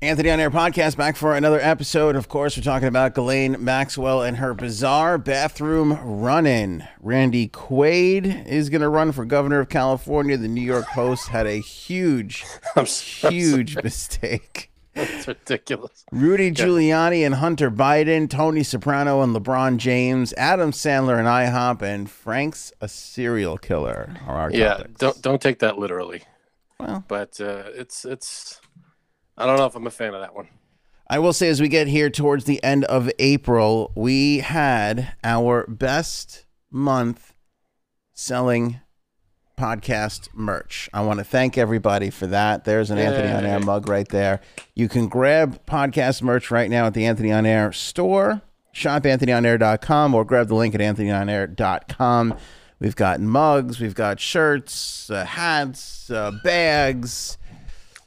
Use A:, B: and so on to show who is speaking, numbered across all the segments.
A: Anthony on Air podcast back for another episode. Of course, we're talking about Ghislaine Maxwell and her bizarre bathroom run-in. Randy Quaid is going to run for governor of California. The New York Post had a huge,
B: I'm so-
A: huge mistake.
B: It's ridiculous.
A: Rudy Giuliani and Hunter Biden, Tony Soprano and LeBron James, Adam Sandler and IHOP, and Frank's a serial killer are our
B: Yeah,
A: topics.
B: don't don't take that literally.
A: Well.
B: But uh, it's it's I don't know if I'm a fan of that one.
A: I will say, as we get here towards the end of April, we had our best month selling podcast merch. I want to thank everybody for that. There's an Anthony on Air
B: Yay.
A: mug right there. You can grab podcast merch right now at the Anthony on Air store, shopanthonyonair.com, or grab the link at anthonyonair.com. We've got mugs, we've got shirts, uh, hats, uh, bags.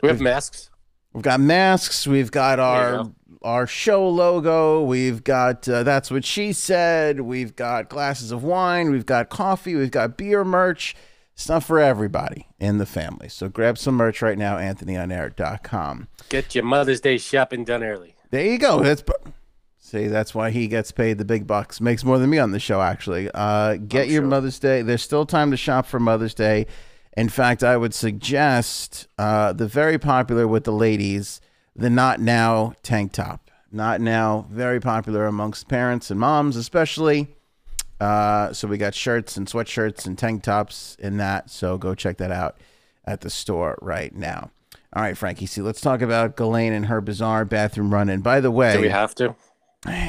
B: We
A: Hmm.
B: have masks.
A: We've got masks. We've got our
B: go.
A: our show logo. We've got uh, that's what she said. We've got glasses of wine. We've got coffee. We've got beer merch. Stuff for everybody in the family. So grab some merch right now. AnthonyOnAir.com.
B: Get your Mother's Day shopping done early.
A: There you go. That's see. That's why he gets paid the big bucks. Makes more than me on the show actually. Uh, get your
B: sure.
A: Mother's Day. There's still time to shop for Mother's Day. In fact, I would suggest uh, the very popular with the ladies, the not now tank top. Not now, very popular amongst parents and moms especially. Uh, so we got shirts and sweatshirts and tank tops in that. So go check that out at the store right now. All right, Frankie. See, let's talk about Ghislaine and her bizarre bathroom run. And by the way,
B: Do we have to?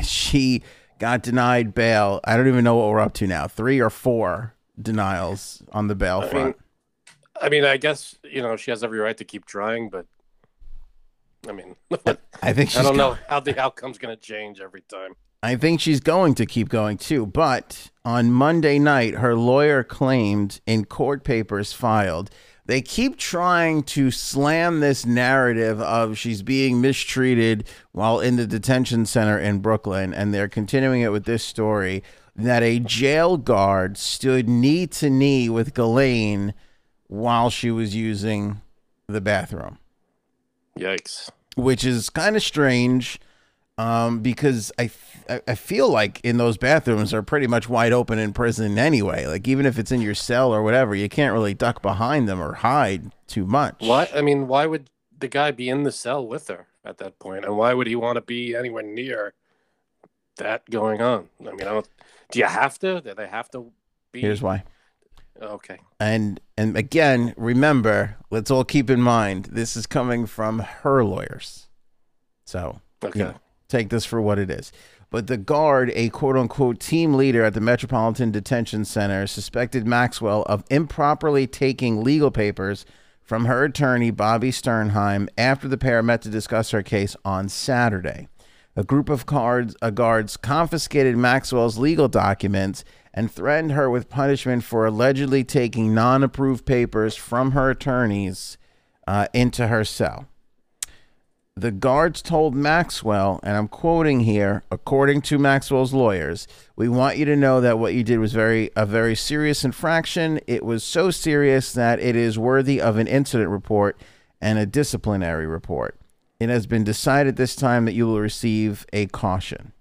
A: she got denied bail. I don't even know what we're up to now. Three or four denials on the bail
B: mean,
A: front.
B: I mean, I guess you know she has every right to keep trying, but I mean, I
A: I think she's
B: don't
A: go-
B: know how the outcome's going to change every time.
A: I think she's going to keep going too. But on Monday night, her lawyer claimed in court papers filed, they keep trying to slam this narrative of she's being mistreated while in the detention center in Brooklyn. And they're continuing it with this story that a jail guard stood knee to knee with Ghislaine while she was using the bathroom
B: Yikes!
A: which is kind of strange um, because I, I I feel like in those bathrooms are pretty much wide open in prison anyway. Like even if it's in your cell or whatever, you can't really duck behind them or hide too much.
B: Why? I mean, why would the guy be in the cell with her at that point, and why would he want to be anywhere near that going on? I mean, I don't. Do you have to? Do they have to be?
A: Here's why.
B: Okay.
A: And and again, remember, let's all keep in mind this is coming from her lawyers. So
B: Okay.
A: you know, take this for what it is. But the guard, a quote unquote team leader at the Metropolitan Detention Center, suspected Maxwell of improperly taking legal papers from her attorney, Bobby Sternheim, after the pair met to discuss her case on Saturday. A group of cards, uh, guards confiscated Maxwell's legal documents and threatened her with punishment for allegedly taking non approved papers from her attorneys uh, into her cell. The guards told Maxwell, and I'm quoting here, according to Maxwell's lawyers, we want you to know that what you did was very a very serious infraction. It was so serious that it is worthy of an incident report and a disciplinary report. It has been decided this time that you will receive a caution.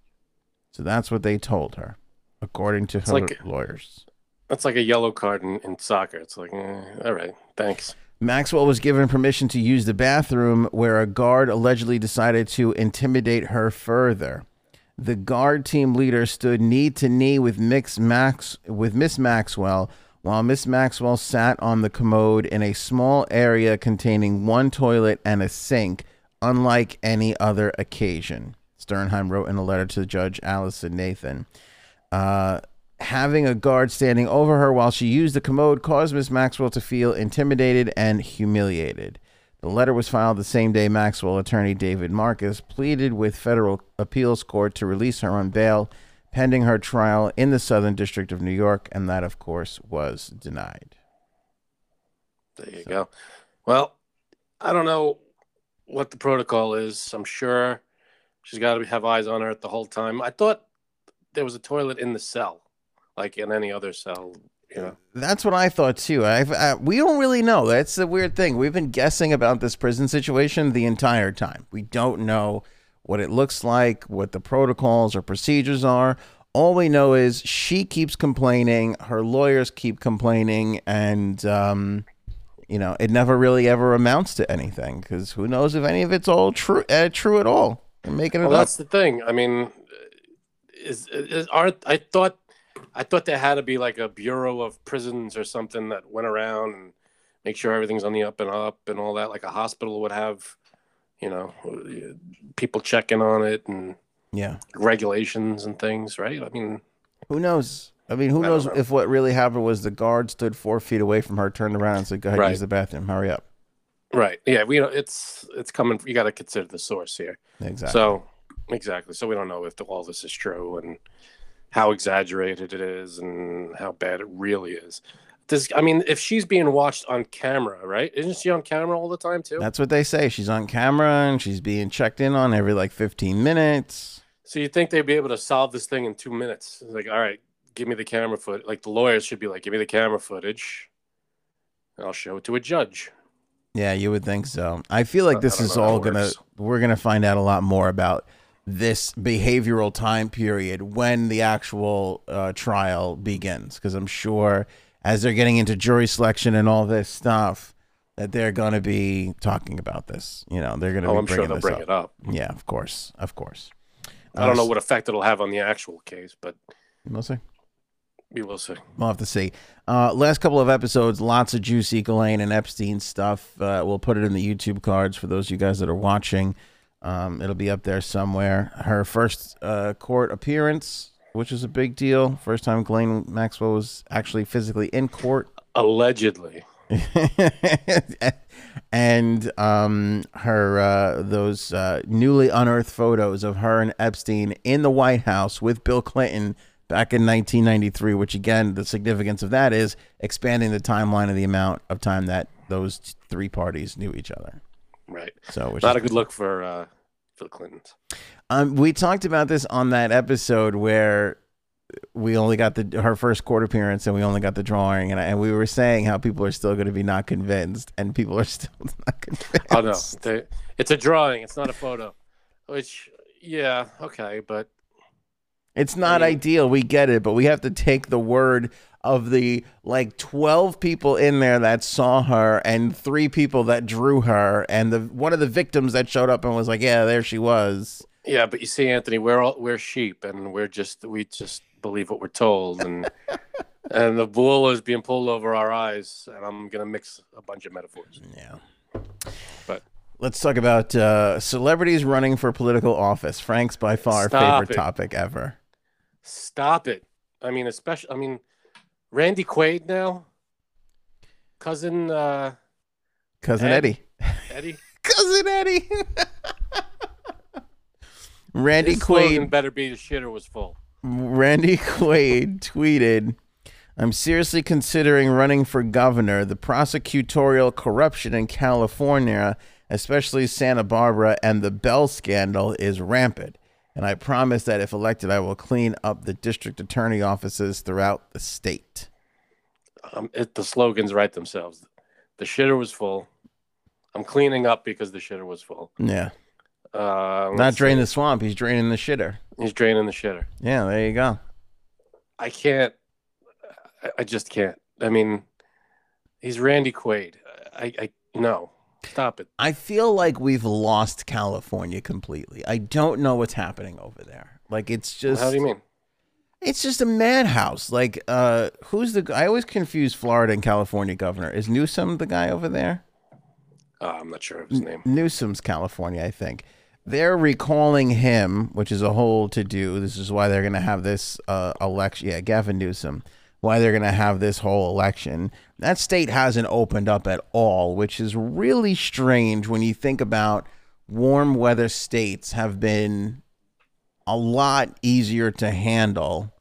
A: So that's what they told her, according to her
B: like-
A: lawyers.
B: That's like a yellow card in, in soccer. It's like, eh, all right, thanks.
A: Maxwell was given permission to use the bathroom where a guard allegedly decided to intimidate her further. The guard team leader stood knee to knee with Mix Max with Miss Maxwell while Miss Maxwell sat on the commode in a small area containing one toilet and a sink, unlike any other occasion. Sternheim wrote in a letter to Judge Allison Nathan uh, having a guard standing over her while she used the commode caused Miss Maxwell to feel intimidated and humiliated. The letter was filed the same day Maxwell attorney David Marcus pleaded with federal appeals court to release her on bail pending her trial in the Southern District of New York, and that, of course, was denied.
B: There you go. Well, I don't know what the protocol is. I'm sure she's got to have eyes on her the whole time. I thought there was a toilet in the cell, like in any other cell You know,
A: That's what I thought too. I, I we don't really know. That's the weird thing. We've been guessing about this prison situation the entire time. We don't know what it looks like, what the protocols or procedures are. All we know is she keeps complaining, her lawyers keep complaining, and um, you know it never really ever amounts to anything because who knows if any of it's all true, uh, true at all. And making it
B: well,
A: up.
B: that's the thing. I mean, is, is are I thought I thought there had to be like a bureau of prisons or something that went around and make sure everything's on the up and up and all that. Like a hospital would have, you know, people checking on it and
A: Yeah.
B: regulations and things, right? I mean,
A: Who knows? I mean, who
B: I don't
A: knows
B: know.
A: if what really happened was the guard stood four feet away from her, turned around, and said, "Go ahead,
B: Right.
A: use the bathroom. Hurry up."
B: right? Yeah, we don't- it's it's coming. You got to consider the source here.
A: Exactly.
B: So exactly. So we don't know if the, all this is true and how exaggerated it is and how bad it really is. This, I mean, if she's being watched on camera, right? Isn't she on camera all the time too?
A: That's what they say. She's on camera and she's being checked in on every like 15 minutes.
B: So you think they'd be able to solve this thing in two minutes? It's like, all right, give me the camera foot. Like the lawyers should be like, give me the camera footage. and I'll show it to a judge.
A: Yeah, you would think so. I feel
B: I-
A: like
B: I
A: this
B: don't
A: is
B: know how
A: all
B: it
A: gonna.
B: works.
A: We're gonna find out a lot more about this behavioral time period when the actual uh, trial begins, because I'm sure as they're getting into jury selection and all this stuff, that they're gonna be talking about this. You know, they're gonna
B: Oh,
A: be
B: I'm sure
A: bringing
B: they'll
A: this
B: bring
A: up.
B: it up.
A: Yeah, of course, of course.
B: I don't know what effect it'll have on the actual case, but
A: We'll see.
B: we will see.
A: We'll have to see. Uh, last couple of episodes, lots of juicy Ghislaine and Epstein stuff. Uh, we'll put it in the YouTube cards for those of you guys that are watching. Um, it'll be up there somewhere. Her first uh, court appearance, which is a big deal. First time Ghislaine Maxwell was actually physically in court.
B: Allegedly,
A: and um, her uh, those uh, newly unearthed photos of her and Epstein in the White House with Bill Clinton back in 1993, which again the significance of that is expanding the timeline of the amount of time that those t- three parties knew each other.
B: right?
A: So which
B: Not a
A: is-
B: good look for uh, for the Clintons.
A: um, we talked about this on that episode where we only got the her first court appearance and we only got the drawing and, I, and we were saying how people are still going to be not convinced and people are still not convinced.
B: Oh no, they, it's a drawing. It's not a photo. Which, yeah, okay, but
A: It's not ideal. We get it, but we have to take the word of the like 12 people in there that saw her and three people that drew her and the one of the victims that showed up and was like, "Yeah, there she was."
B: yeah, but you see, Anthony, we're all we're sheep, and we're just we just believe what we're told, and and the wool is being pulled over our eyes, and I'm gonna mix a bunch of metaphors.
A: Yeah.
B: But
A: Let's talk about uh, celebrities running for political office. Frank's by far
B: Stop
A: favorite
B: it.
A: topic ever.
B: stop it. I mean, especially, I mean, Randy Quaid now, cousin uh,
A: Cousin
B: Ed?
A: Eddie.
B: Eddie.
A: Cousin Eddie. Randy
B: His
A: Quaid
B: slogan better be the shitter was full.
A: Randy Quaid tweeted, I'm seriously considering running for governor. The prosecutorial corruption in California, especially Santa Barbara and the Bell scandal, is rampant. And I promise that if elected, I will clean up the district attorney offices throughout the state.
B: um, it, the slogans write themselves. The shitter was full. I'm cleaning up because the shitter was full.
A: Yeah.
B: Uh,
A: Not
B: let's
A: drain the swamp, he's draining the shitter.
B: see. He's draining the shitter.
A: Yeah, there you go.
B: I can't. I, I just can't. I mean, he's Randy Quaid. I, I no. Stop it.
A: I feel like we've lost California completely. I don't know what's happening over there. Like it's just
B: How do you mean?
A: It's just a madhouse. Like, uh, who's the? I always confuse Florida and California governor. Is Newsom the guy over there?
B: Uh, I'm not sure of his name.
A: Newsom's California, I think. They're recalling him, which is a whole to do. This is why they're going to have this uh, election. Yeah, Gavin Newsom. Why they're going to have this whole election. That state hasn't opened up at all, which is really strange when you think about warm weather states have been a lot easier to handle.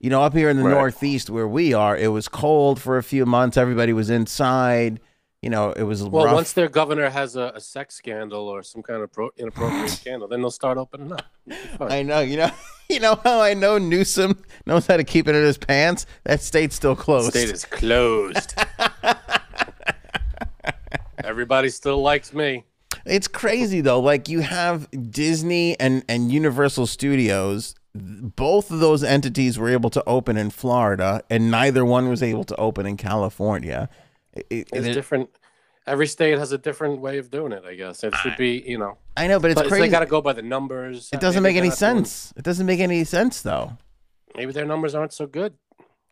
A: You know, up here in the
B: Right.
A: Northeast where we are, it was cold for a few months. Everybody was inside you know, it was
B: Well,
A: rough.
B: once their governor has a, a sex scandal or some kind of pro- inappropriate scandal, then they'll start opening up. It'll be fun.
A: I know, you know, you know how I know Newsom knows how to keep it in his pants. That state's still closed.
B: State is closed. Everybody still likes me.
A: It's crazy though. Like you have Disney and and Universal Studios. Both of those entities were able to open in Florida, and neither one was able to open in California. It- it-
B: It's
A: it-
B: different. Every state has a different way of doing it, I guess. It should be, you know,
A: I know, but it's
B: but it's-
A: crazy.
B: they got to go by the numbers.
A: it doesn't make
B: Maybe they're
A: any
B: not doing-
A: sense. It doesn't make any sense though.
B: maybe their numbers aren't so good.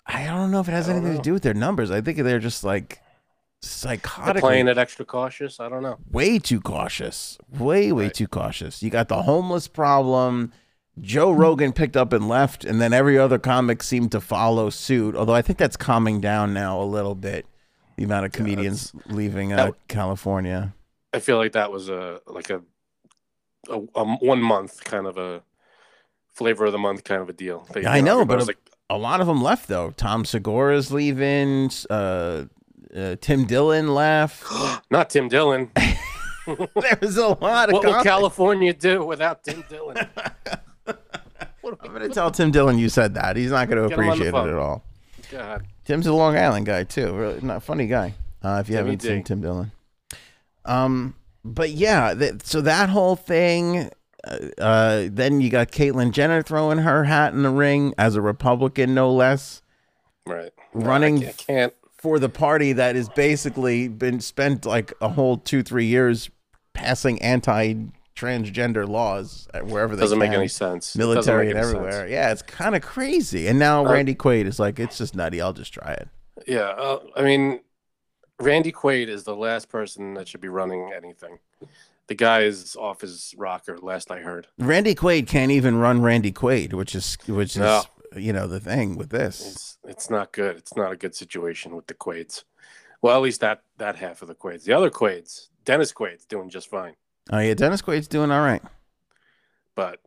A: I don't know if it has
B: I don't
A: anything to
B: know.
A: do with their numbers. I think they're just like
B: They're
A: psychotic,
B: playing it extra cautious. I don't know.
A: way too cautious, way way
B: Right.
A: too cautious. You got the homeless problem. Joe Rogan picked up and left, and then every other comic seemed to follow suit. Although I think that's calming down now a little bit. The amount of comedians leaving uh,
B: that-
A: California.
B: I feel like that was a like a, a, a one month kind of a flavor of the month kind of a deal. They-
A: Yeah, I
B: you
A: know, but
B: everybody was
A: a-
B: like,
A: A lot of them left though. Tom Segura's leaving. Uh, uh, Tim Dillon left.
B: not Tim Dillon.
A: there was a lot of
B: What will
A: comics.
B: California do without Tim Dillon?
A: I'm gonna tell Tim Dillon you said that. He's not gonna
B: Get him on the
A: appreciate it
B: phone.
A: at all.
B: God,
A: Tim's a Long Island guy too. Really, not funny guy. Uh, if you
B: Timmy
A: haven't seen
B: D.
A: Tim Dillon, um, but yeah, that, so that whole thing. Uh, uh, then you got Caitlyn Jenner throwing her hat in the ring as a Republican, no less,
B: right?
A: Running-
B: I can't- I can't.
A: for the party that has basically been spent like a whole two, three years passing anti-transgender laws at wherever they
B: Doesn't make
A: can.
B: any sense. Doesn't make
A: Military and
B: any sense. Uh,
A: everywhere. Yeah, it's kind of crazy. And now Randy Quaid is like, it's just nutty. I'll just try it.
B: Yeah, uh, I mean, Randy Quaid is the last person that should be running anything. The guy is off his rocker. Last I heard,
A: Randy Quaid can't even run Randy Quaid, which is which is
B: No.
A: you know the thing with this.
B: it's it's not good. It's not a good situation with the Quaids. Well, at least that that half of the Quaids. The other Quaids, Dennis Quaid's doing just fine,
A: Oh yeah, Dennis Quaid's doing all right.
B: but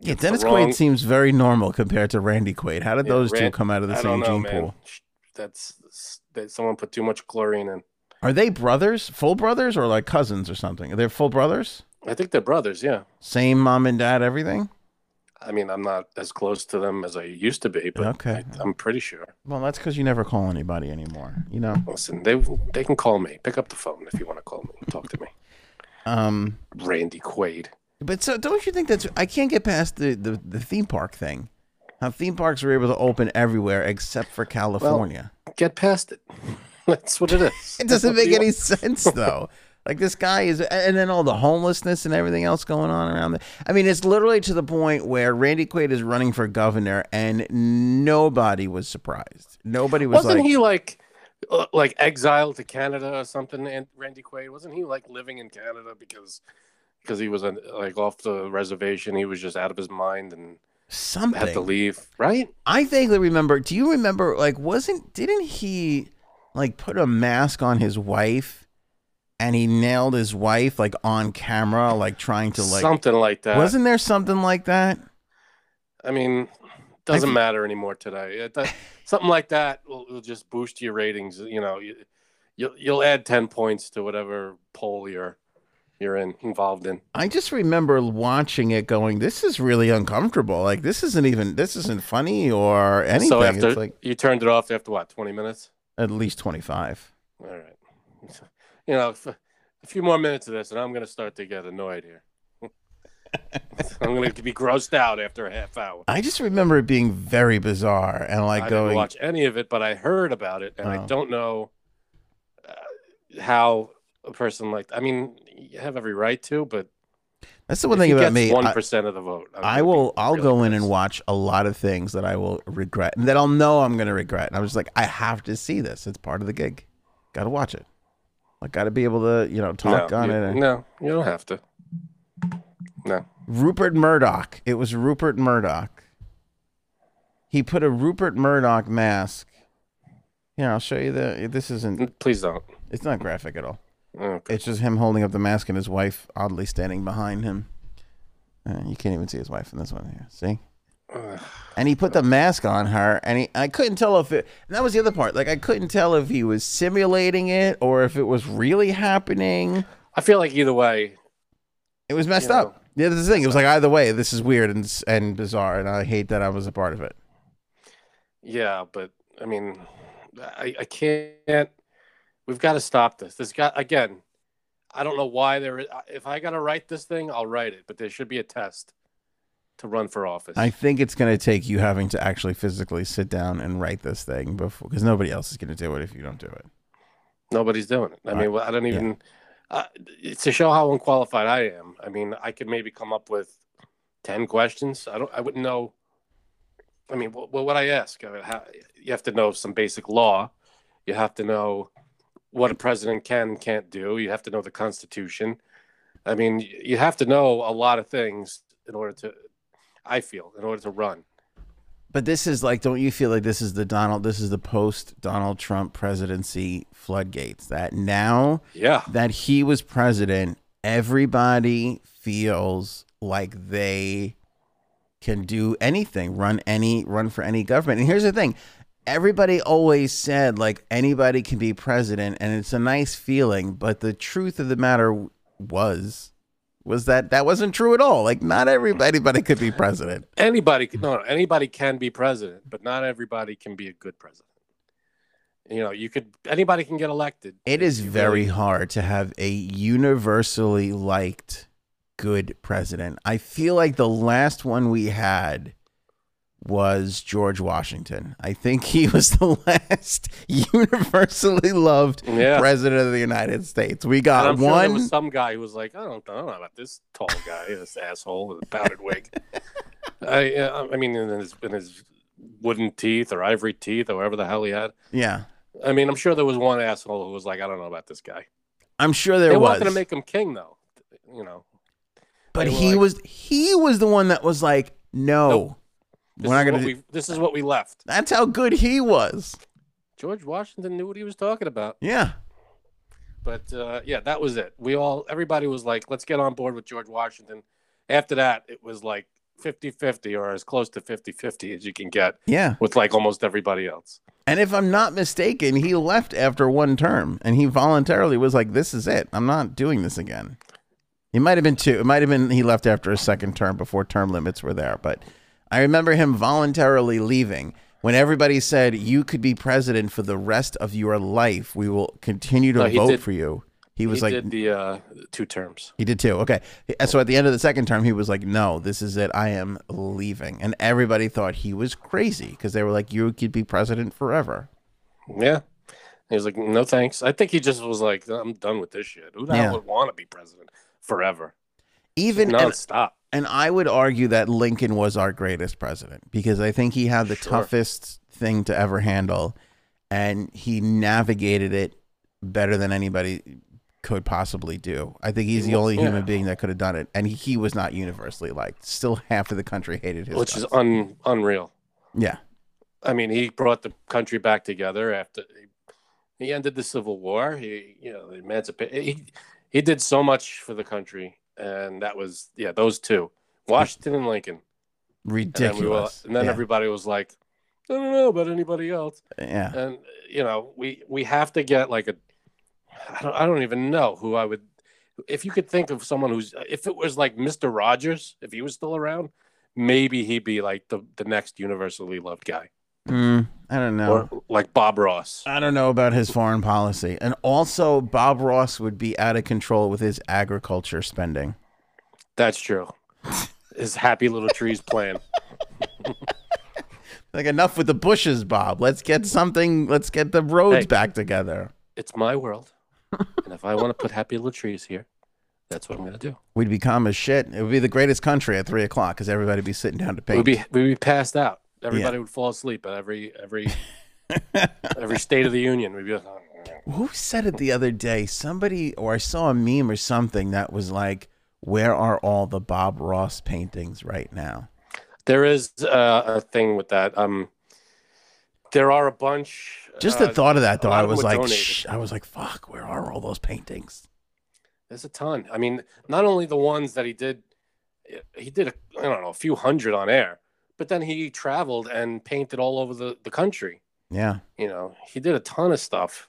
A: Yeah,
B: the
A: Dennis
B: wrong-
A: Quaid seems very normal compared to Randy Quaid. How did
B: Yeah,
A: those
B: Ran-
A: two come out of the
B: I
A: same
B: don't know,
A: gene
B: man.
A: pool?
B: Sh- That's that someone put too much chlorine in.
A: Are they brothers, full brothers, or like cousins or something? Are they full brothers?
B: I think they're brothers. Yeah,
A: Same mom and dad, everything.
B: I mean, I'm not as close to them as I used to be, but
A: Okay.
B: I, I'm pretty sure.
A: Well, that's because you never call anybody anymore. You know.
B: Listen, they they can call me. Pick up the phone if you want to call me. Talk to me.
A: Um,
B: Randy Quaid.
A: But so don't you think that's I can't get past the, the, the theme park thing. How theme parks were able to open everywhere except for California.
B: Get past it. That's what it is.
A: it doesn't
B: That's
A: make
B: what
A: any
B: you-
A: sense though. like this guy is and then all the homelessness and everything else going on around the I mean, it's literally to the point where Randy Quaid is running for governor and nobody was surprised. Nobody was
B: Wasn't
A: like
B: he like uh, like exiled to Canada or something? And Randy Quaid wasn't he like living in Canada because because he was uh, like off the reservation? He was just out of his mind and had to
A: something.
B: leave. Right?
A: I vaguely remember. Do you remember? Like, wasn't didn't he like put a mask on his wife, and he nailed his wife like on camera, like trying to like.
B: something like that.
A: wasn't there something like that?
B: I mean, doesn't matter anymore today. It, that, something like that will, will just boost your ratings. You know, you, you'll you'll add ten points to whatever poll you're you're in involved in.
A: I just remember watching it, going, "This is really uncomfortable. Like, this isn't even this isn't funny or anything."
B: So after
A: it's like
B: you turned it off after what twenty minutes?
A: at least twenty five.
B: All right, you know, f- a few more minutes of this, and I'm gonna start to get annoyed here. I'm gonna be grossed out after a half hour.
A: I just remember it being very bizarre and like
B: I didn't
A: going,
B: watch any of it, but I heard about it, and
A: Oh.
B: I don't know uh, how a person like. I mean, you have every right to, but
A: "That's the one thing about me.
B: one
A: I-
B: percent of the vote. I'm
A: I
B: gonna
A: will.
B: be
A: I'll
B: really
A: go in and
B: pissed.
A: watch a lot of things that I will regret, and that I'll know I'm going to regret. And I'm just like, I have to see this. It's part of the gig. Got to watch it. I got to be able to, you know, talk
B: no,
A: on
B: you,
A: it.
B: No, you don't have to. No,
A: Rupert Murdoch. It was Rupert Murdoch. He put a Rupert Murdoch mask. Here, I'll show you the. This isn't.
B: N- please don't.
A: It's not graphic at all.
B: Oh,
A: It's just him holding up the mask and his wife oddly standing behind him. Uh, you can't even see his wife in this one here. See? and he put the mask on her and he, I couldn't tell if it and that was the other part like I couldn't tell if he was simulating it or if it was really happening
B: I feel like either way,
A: it was messed
B: You know.
A: up yeah that's the thing it was like either way this is weird and s- and bizarre and I hate that I was a part of it
B: yeah. But I mean, I, I can't. We've got to stop this. This got again. I don't know why there. If I gotta write this thing, I'll write it. But there should be a test to run for office.
A: I think it's going to take you having to actually physically sit down and write this thing before because nobody else is going to do it if you don't do it
B: Nobody's doing it. I
A: Right.
B: mean, well, I don't even. Uh, it's to show how unqualified I am. I mean, I could maybe come up with ten questions. I don't. I wouldn't know. I mean, what, what would I ask? I mean, how, you have to know some basic law. You have to know what a president can and can't do. You have to know the Constitution. I mean, y- you have to know a lot of things in order to. I feel in order to run.
A: But this is like, don't you feel like this is the Donald, this is the post Donald Trump presidency floodgates that now
B: Yeah.
A: that he was president, everybody feels like they can do anything, run any, run for any government. And here's the thing everybody always said like anybody can be president and it's a nice feeling. But the truth of the matter was, was that that wasn't true at all. Like not everybody, but it could be president.
B: anybody can- no, no anybody can be president but not everybody can be a good president you know you could anybody can get elected
A: It is
B: You
A: very
B: really-
A: hard to have a universally liked good president. I feel like the last one we had was George Washington. I think he was the last universally loved
B: yeah
A: president of the United States. We
B: And
A: got
B: I'm sure there
A: uh, one.
B: was some guy who was like, I don't, I don't know about this tall guy, this asshole with a powdered wig. I, uh, I mean, in his, in his wooden teeth or ivory teeth or whatever the hell he had.
A: yeah.
B: I mean, I'm sure there was one asshole who was like, I don't know about this guy.
A: I'm sure there
B: they
A: was.
B: wanted to make him king, though. You know,
A: but
B: they were
A: he
B: like-
A: was he was the one that was like, no.
B: Nope. this,
A: We're not
B: is
A: gonna
B: what
A: do-
B: we, this is what we left.
A: That's how good he was.
B: George Washington knew what he was talking about.
A: Yeah.
B: But uh, yeah, that was it. We all, everybody was like, let's get on board with George Washington. After that, it was like 50 50 or as close to 50 50 as you can get
A: Yeah.
B: with like almost everybody else.
A: And if I'm not mistaken, he left after one term and he voluntarily was like, This is it. I'm not doing this again. He might have been two. It might have been he left after a second term before term limits were there. But I remember him voluntarily leaving when everybody said, You could be president for the rest of your life. We will continue to
B: No, he
A: vote
B: did-
A: for you. He
B: He
A: was like,
B: did the uh, two terms.
A: He did too. Okay. And So at the end of the second term, he was like, No, this is it. I am leaving. And everybody thought he was crazy because they were like, You could be president forever.
B: Yeah. He was like, no thanks. I think he just was like, I'm done with this shit. Who the
A: Yeah.
B: hell would want to be president forever?
A: Even and-
B: Nonstop.
A: And I would argue that Lincoln was our greatest president because I think he had the
B: Sure.
A: toughest thing to ever handle and he navigated it better than anybody could possibly do. I think he's the only
B: Yeah.
A: human being that could have done it and he was not universally liked. Still half of the country hated his
B: Which is
A: guts.
B: un- unreal.
A: Yeah.
B: I mean, he brought the country back together after he, he ended the Civil War. He, you know, emancipated. He, he did so much for the country, and that was yeah, those two, Washington and Lincoln. And then, we were,
A: ridiculous.
B: and then everybody was like, I don't know about anybody else.
A: yeah. yeah.
B: And you know, we we have to get like a. I don't. I don't even know who I would. If you could think of someone who's, if it was like Mister Rogers, if he was still around, maybe he'd be like the the next universally loved guy
A: Mm, I don't know.
B: or like Bob Ross.
A: I don't know about his foreign policy. And also Bob Ross would be out of control with his agriculture spending.
B: That's true. His happy little trees plan.
A: Like enough with the bushes, Bob. Let's get something. Let's get the roads
B: Hey.
A: back together.
B: It's my world, and if I want to put happy little trees here, that's what I'm gonna do.
A: We'd become a shit. It would be the greatest country at three o'clock because everybody'd be sitting down to paint.
B: We'd be we'd be passed out. Everybody would fall asleep at every every every State of the Union. We'd be like, "Oh,
A: Who said it the other day? Somebody or I saw a meme or something that was like, "Where are all the Bob Ross paintings right now?"
B: there is uh, a thing with that. Um, there are a bunch.
A: Just
B: uh,
A: the thought of that, though,
B: lot
A: I
B: of
A: was
B: them were
A: like,
B: donated.
A: Shh. I was like, "Fuck, where are all those paintings?"
B: There's a ton. I mean, not only the ones that he did, he did a, I don't know a few hundred on air, but then he traveled and painted all over the, the country.
A: Yeah.
B: You know, he did a ton of stuff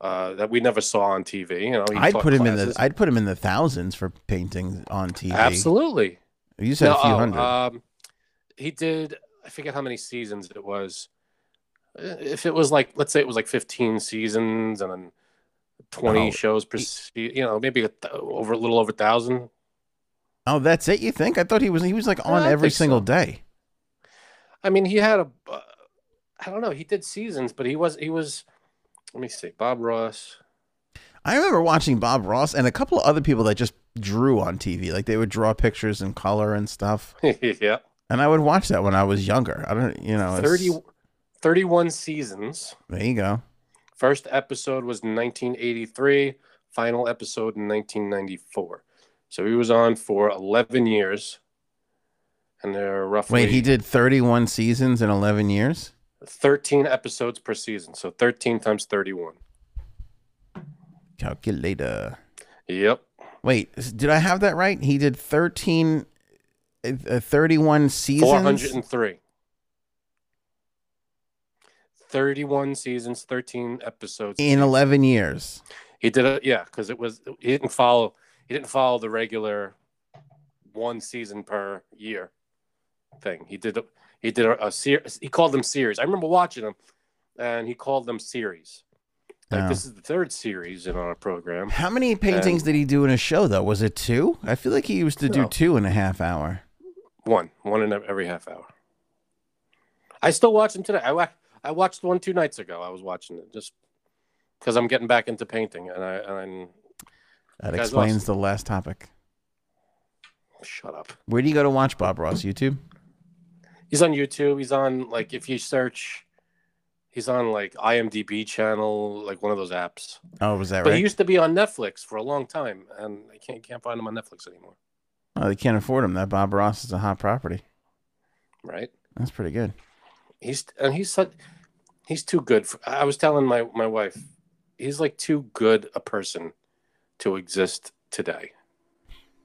B: uh, that we never saw on TV. You know, he
A: I'd
B: taught
A: put him in the
B: classes.
A: I'd put him in the thousands for painting on TV.
B: absolutely.
A: You said a few
B: No, oh,
A: hundred.
B: Um, he did. I forget how many seasons it was. Uh, If it was like, let's say it was like 15 seasons and then 20
A: Oh,
B: shows per, se- you know, maybe a th- over a little over a thousand.
A: oh, that's it. You think? I thought he was he was like
B: No,
A: on
B: I
A: every
B: think so.
A: single day.
B: I mean, he had a. Uh, I don't know. He did seasons, but he was he was. Let me see. Bob Ross.
A: I remember watching Bob Ross and a couple of other people that just drew on TV. Like they would draw pictures in color and stuff.
B: yeah.
A: And I would watch that when I was younger. I don't, you know, it's-
B: 30, 31 seasons.
A: There you go.
B: First episode was in 1983. Final episode in 1994. So he was on for 11 years, and there are roughly
A: Wait, he did 31 seasons in 11 years.
B: 13 episodes per season. So 13 times 31.
A: Calculator.
B: Yep.
A: Wait, s- did I have that right? He did 13, uh, uh, 31 seasons.
B: 403. 31 seasons, 13 episodes.
A: in 11 years.
B: He did it, yeah, because it was he didn't follow he didn't follow the regular one season per year thing. He did a, he did a, a series. He called them series. I remember watching him, and he called them series. Like
A: Oh.
B: this is the third series in our program.
A: How many paintings did he do in a show though? Was it two? I feel like he used to do
B: No.
A: two and a half hour.
B: One, one in every half hour. I still watch them today. I wa- I watched one two nights ago. I was watching it just because I'm getting back into painting, and I and
A: That
B: That's
A: explains the last topic.
B: i shut up.
A: Where do you go to watch Bob Ross? YouTube?
B: He's on YouTube. He's on like if you search, he's on like IMDb channel, like one of those apps.
A: Oh, was that
B: But
A: right?
B: he used to be on Netflix for a long time, and I can't can't find him on Netflix anymore.
A: oh, they can't afford him. That Bob Ross is a hot property.
B: Right?
A: That's pretty good.
B: He's and he's such he's too good. For, I was telling my my wife, he's like too good a person to exist today.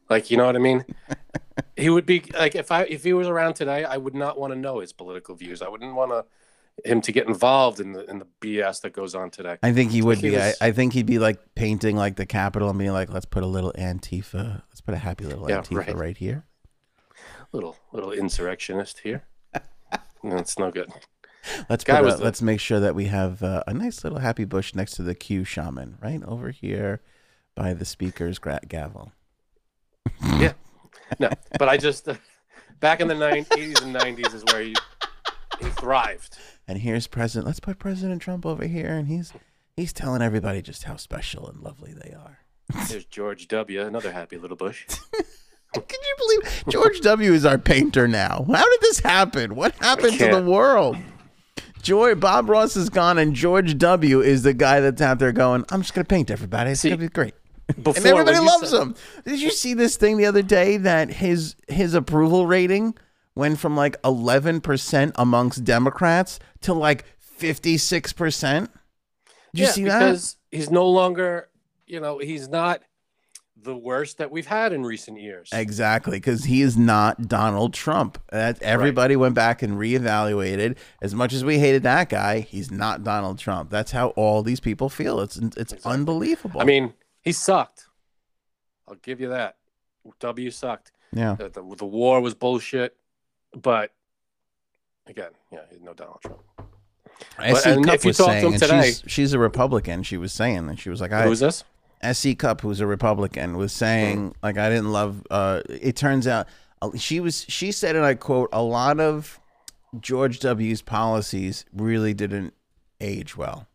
B: Like you know what I mean? he would be like if I if he was around today, I would not want to know his political views. I wouldn't want to him to get involved in the in the BS that goes on today.
A: I think he would
B: Like he
A: be. I,
B: was-
A: I think he'd be like painting like the Capitol and being like, let's put a little Antifa. Let's put a happy little
B: Yeah,
A: Antifa right.
B: right.
A: here.
B: little little insurrectionist here. No, it's no good.
A: Let's
B: Guy
A: put a,
B: was the-
A: let's make sure that we have uh, a nice little happy bush next to the Q shaman right over here by the speaker's gra- gavel.
B: No, but I just back in the nine eighties and nineties is where he, he thrived.
A: and here's President. Let's put President Trump over here, and he's he's telling everybody just how special and lovely they are.
B: There's George W. Another happy little bush.
A: Can you believe George W. is our painter now? How did this happen? What happened to the
B: Can't.
A: world? Joy Bob Ross is gone, and George W. is the guy that's out there going, "I'm just gonna paint everybody. It's
B: See,
A: gonna be great."
B: Before
A: And everybody
B: when you
A: loves
B: said-
A: him. Did you see this thing the other day that his his approval rating went from like eleven percent amongst Democrats to like fifty six percent? Did you
B: yeah,
A: see that?
B: because he's no longer, you know, he's not the worst that we've had in recent years.
A: Exactly, because he is not Donald Trump. That everybody went back and reevaluated. As much as we hated that guy, he's not Donald Trump. That's how all these people feel. It's it's unbelievable.
B: I mean, he sucked. I'll give you that. W sucked.
A: yeah,
B: The, the, the war was bullshit, but again, yeah, he's no Donald Trump.
A: S.C.
B: and
A: E Cup
B: if uh, you
A: was
B: talk to him
A: saying, and
B: today-
A: she's she's a Republican. She was saying, and she was like,
B: Who
A: I
B: is this?
A: S.C. Cup, who's a Republican, was saying
B: Mm-hmm.
A: like I didn't love. Uh, it turns out uh, she was. She said, and I quote, a lot of George W.'s policies really didn't age well.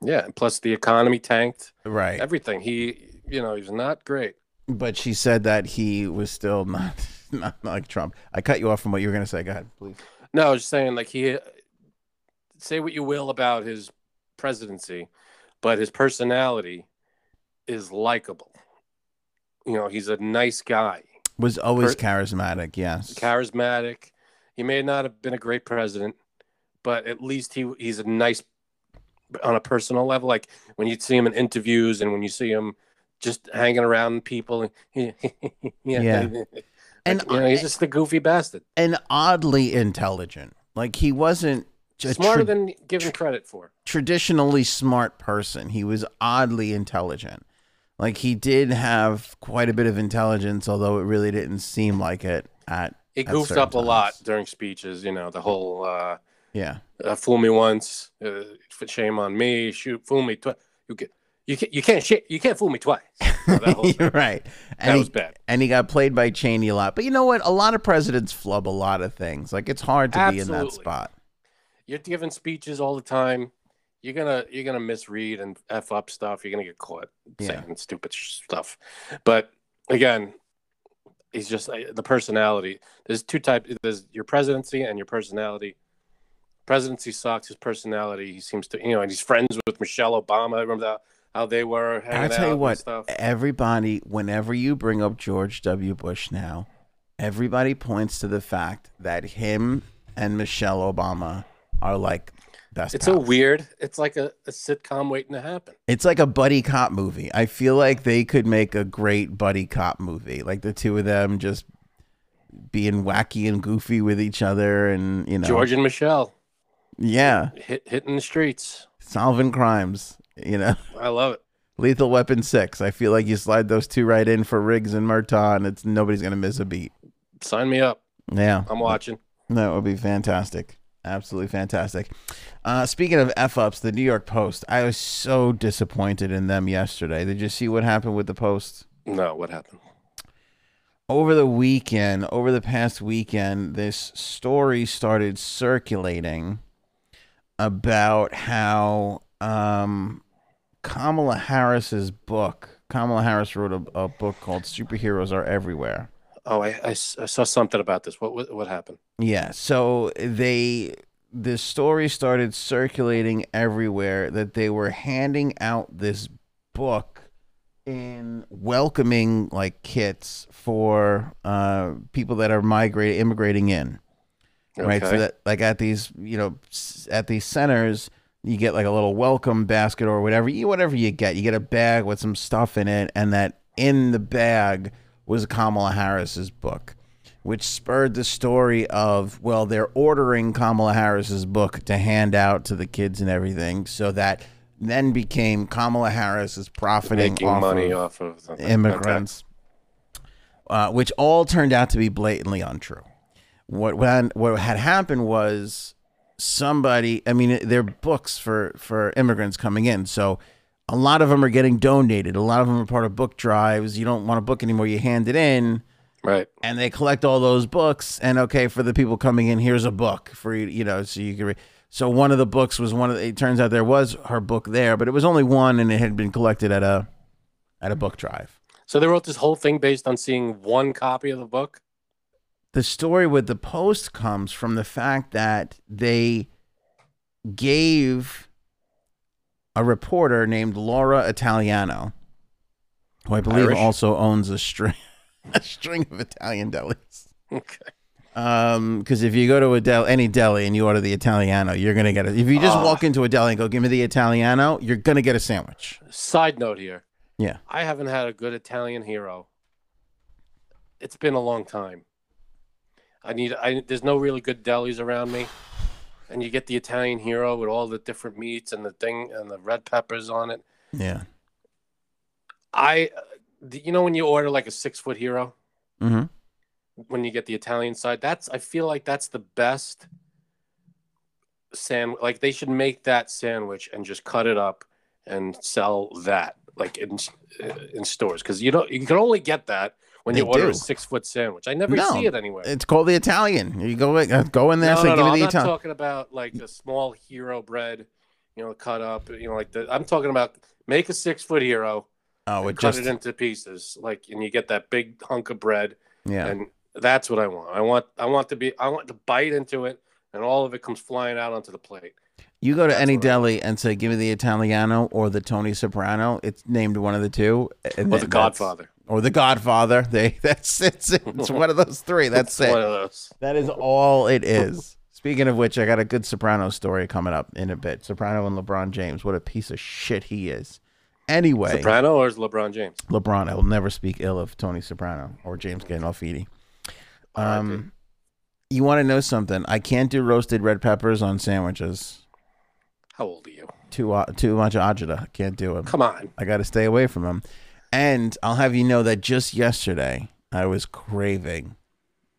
B: Yeah, and plus the economy tanked.
A: Right.
B: Everything. He, you know, he's not great.
A: But she said that he was still not, not like Trump. I cut you off from what you were going to say. Go ahead, please.
B: No, I was just saying, like he, uh, say what you will about his presidency, but his personality is likable. You know, he's a nice guy,
A: Was always
B: Per-
A: charismatic. Yes.
B: charismatic. He may not have been a great president, but at least he he's a nice on a personal level. Like when you see him in interviews and when you see him just hanging around people, yeah,
A: Yeah. and
B: you know, he's just the goofy bastard.
A: and oddly intelligent. Like he wasn't a
B: Smarter
A: tra-
B: than given credit for.
A: traditionally smart person. He was oddly intelligent. Like he did have quite a bit of intelligence, although it really didn't seem like it. At
B: He
A: At
B: goofed
A: certain
B: up a lot
A: times.
B: during speeches. You know, the whole uh,
A: yeah,
B: uh, "fool me once, uh, shame on me." Shoot, fool me twice. You can, you can, you can't shit. You can't fool me twice. You know, that whole thing.
A: you're right. And
B: that
A: he,
B: was bad.
A: and he got played by Cheney a lot. But you know what? A lot of presidents flub a lot of things. Like it's hard to be in that
B: Absolutely.
A: spot.
B: You're giving speeches all the time. You're gonna you're gonna misread and f up stuff. You're gonna get caught
A: Yeah.
B: saying stupid sh- stuff. But again, he's just uh, the personality. There's two types. There's your presidency and your personality. Presidency sucks. His personality. He seems to you know, and he's friends with Michelle Obama. Remember that, how they were hanging
A: I
B: out
A: tell you
B: and
A: what,
B: stuff.
A: everybody, whenever you bring up George W. Bush now, everybody points to the fact that him and Michelle Obama are like best.
B: It's
A: pals.
B: a weird. It's like a, a sitcom waiting to happen.
A: It's like a buddy cop movie. I feel like they could make a great buddy cop movie. Like the two of them just being wacky and goofy with each other and, you know.
B: George and Michelle
A: Yeah,
B: hit, hitting the streets.
A: solving crimes, you know.
B: I love it.
A: Lethal Weapon 6. I feel like you slide those two right in for Riggs and Murtaugh and it's nobody's going to miss a beat.
B: Sign me up.
A: Yeah.
B: I'm watching.
A: That would be fantastic. Absolutely fantastic. Uh, speaking of F ups, the New York Post. I was so disappointed in them yesterday. Did you see what happened with the Post?
B: No, what happened?
A: over the weekend, over the past weekend, this story started circulating about how um, Kamala Harris's book. Kamala Harris wrote a, a book called "Superheroes Are Everywhere."
B: Oh, I, I s- I saw something about this. What what, what happened?
A: Yeah, so they this story started circulating everywhere that they were handing out this book in welcoming like kits for uh, people that are migrating immigrating in right so
B: Okay.
A: that like at these you know s- at these centers you get like a little welcome basket or whatever you whatever you get you get a bag with some stuff in it and that in the bag was kamala harris's book which spurred the story of well they're ordering kamala harris's book to hand out to the kids and everything so that then became kamala harris is profiting
B: making
A: off
B: money
A: of
B: off of something. Okay.
A: immigrants, uh, which all turned out to be blatantly untrue. What when, what had happened was somebody. I mean, they're books for for immigrants coming in, so a lot of them are getting donated. A lot of them are part of book drives. You don't want a book anymore. You hand it in
B: Right.
A: and they collect all those books and okay for the people coming in here's a book for you you know so you can read so one of the books was one of the, it turns out there was her book there but it was only one and it had been collected at a at a book drive
B: So they wrote this whole thing based on seeing one copy of the book.
A: the story with the post comes from the fact that they gave a reporter named Laura Italiano, who I believe
B: Irish?
A: also owns a string a string of Italian delis.
B: Okay.
A: Um, because if you go to a del any deli and you order the Italiano, you're gonna get it. If you just
B: Ah.
A: walk into a deli and go, "Give me the Italiano," you're gonna get a sandwich.
B: Side note here.
A: Yeah.
B: I haven't had a good Italian hero. It's been a long time. I need. I there's no really good delis around me, and you get the Italian hero with all the different meats and the thing and the red peppers on it.
A: Yeah.
B: I, uh, the- you know, when you order like a six foot hero,
A: Mm-hmm.
B: when you get the Italian side, that's I feel like that's the best sandwich. Like they should make that sandwich and just cut it up and sell that like in uh, in stores because you know you can only get that when you
A: They
B: order
A: do.
B: a six foot sandwich. I never
A: No,
B: see it anywhere.
A: It's called the Italian. You go in- uh, go in there,
B: no,
A: say,
B: no,
A: "Give
B: no,
A: me
B: I'm
A: the
B: not
A: Italian."
B: talking about like the small hero bread, you know, cut up. You know, like the I'm talking about make a six foot hero,
A: oh, it
B: cut
A: just
B: it into pieces, like, and you get that big hunk of bread.
A: yeah.
B: and that's what I want. I want I want to be I want to bite into it, and all of it comes flying out onto the plate.
A: You go to
B: That's
A: any
B: what I-
A: deli and say, "Give me the Italiano" or the Tony Soprano. It's named one of the two. and
B: Or
A: then
B: the
A: that's-
B: Godfather.
A: Or the Godfather. They that's it's it's one of those three. That's it.
B: One of those.
A: That is all it is. Speaking of which, I got a good Soprano story coming up in a bit. Soprano and LeBron James. What a piece of shit he is. Anyway,
B: Soprano or is LeBron James?
A: LeBron, I will never speak ill of Tony Soprano or James Gandolfini. Um, you want to know something? I can't do roasted red peppers on sandwiches.
B: How old are you?
A: Too uh, too much agita. I can't do it.
B: Come on.
A: I got to stay away from them. And I'll have you know that just yesterday I was craving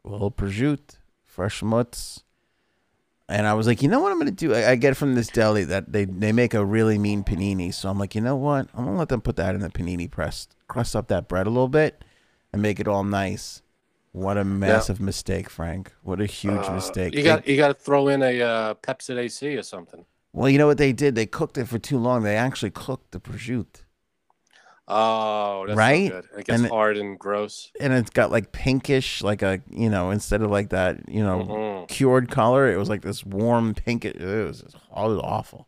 A: a little prosciutto, fresh mutts. And I was like, you know what I'm gonna do? I, I get from this deli that they, they make a really mean panini, so I'm like, you know what? I'm gonna let them put that in the panini press, crust up that bread a little bit, and make it all nice. What a massive mistake, Frank! What a huge
B: Uh,
A: mistake.
B: You
A: It-
B: got you got to throw in a uh, Pepsi AC or something.
A: well, you know what they did? They cooked it for too long. They actually cooked the prosciutto,
B: Oh, that's not
A: Right?
B: good. It gets
A: And-
B: hard and gross.
A: and it's got like pinkish, like a you know, instead of like that you know
B: Mm.
A: cured color, it was like this warm pink. It was, oh, it was awful.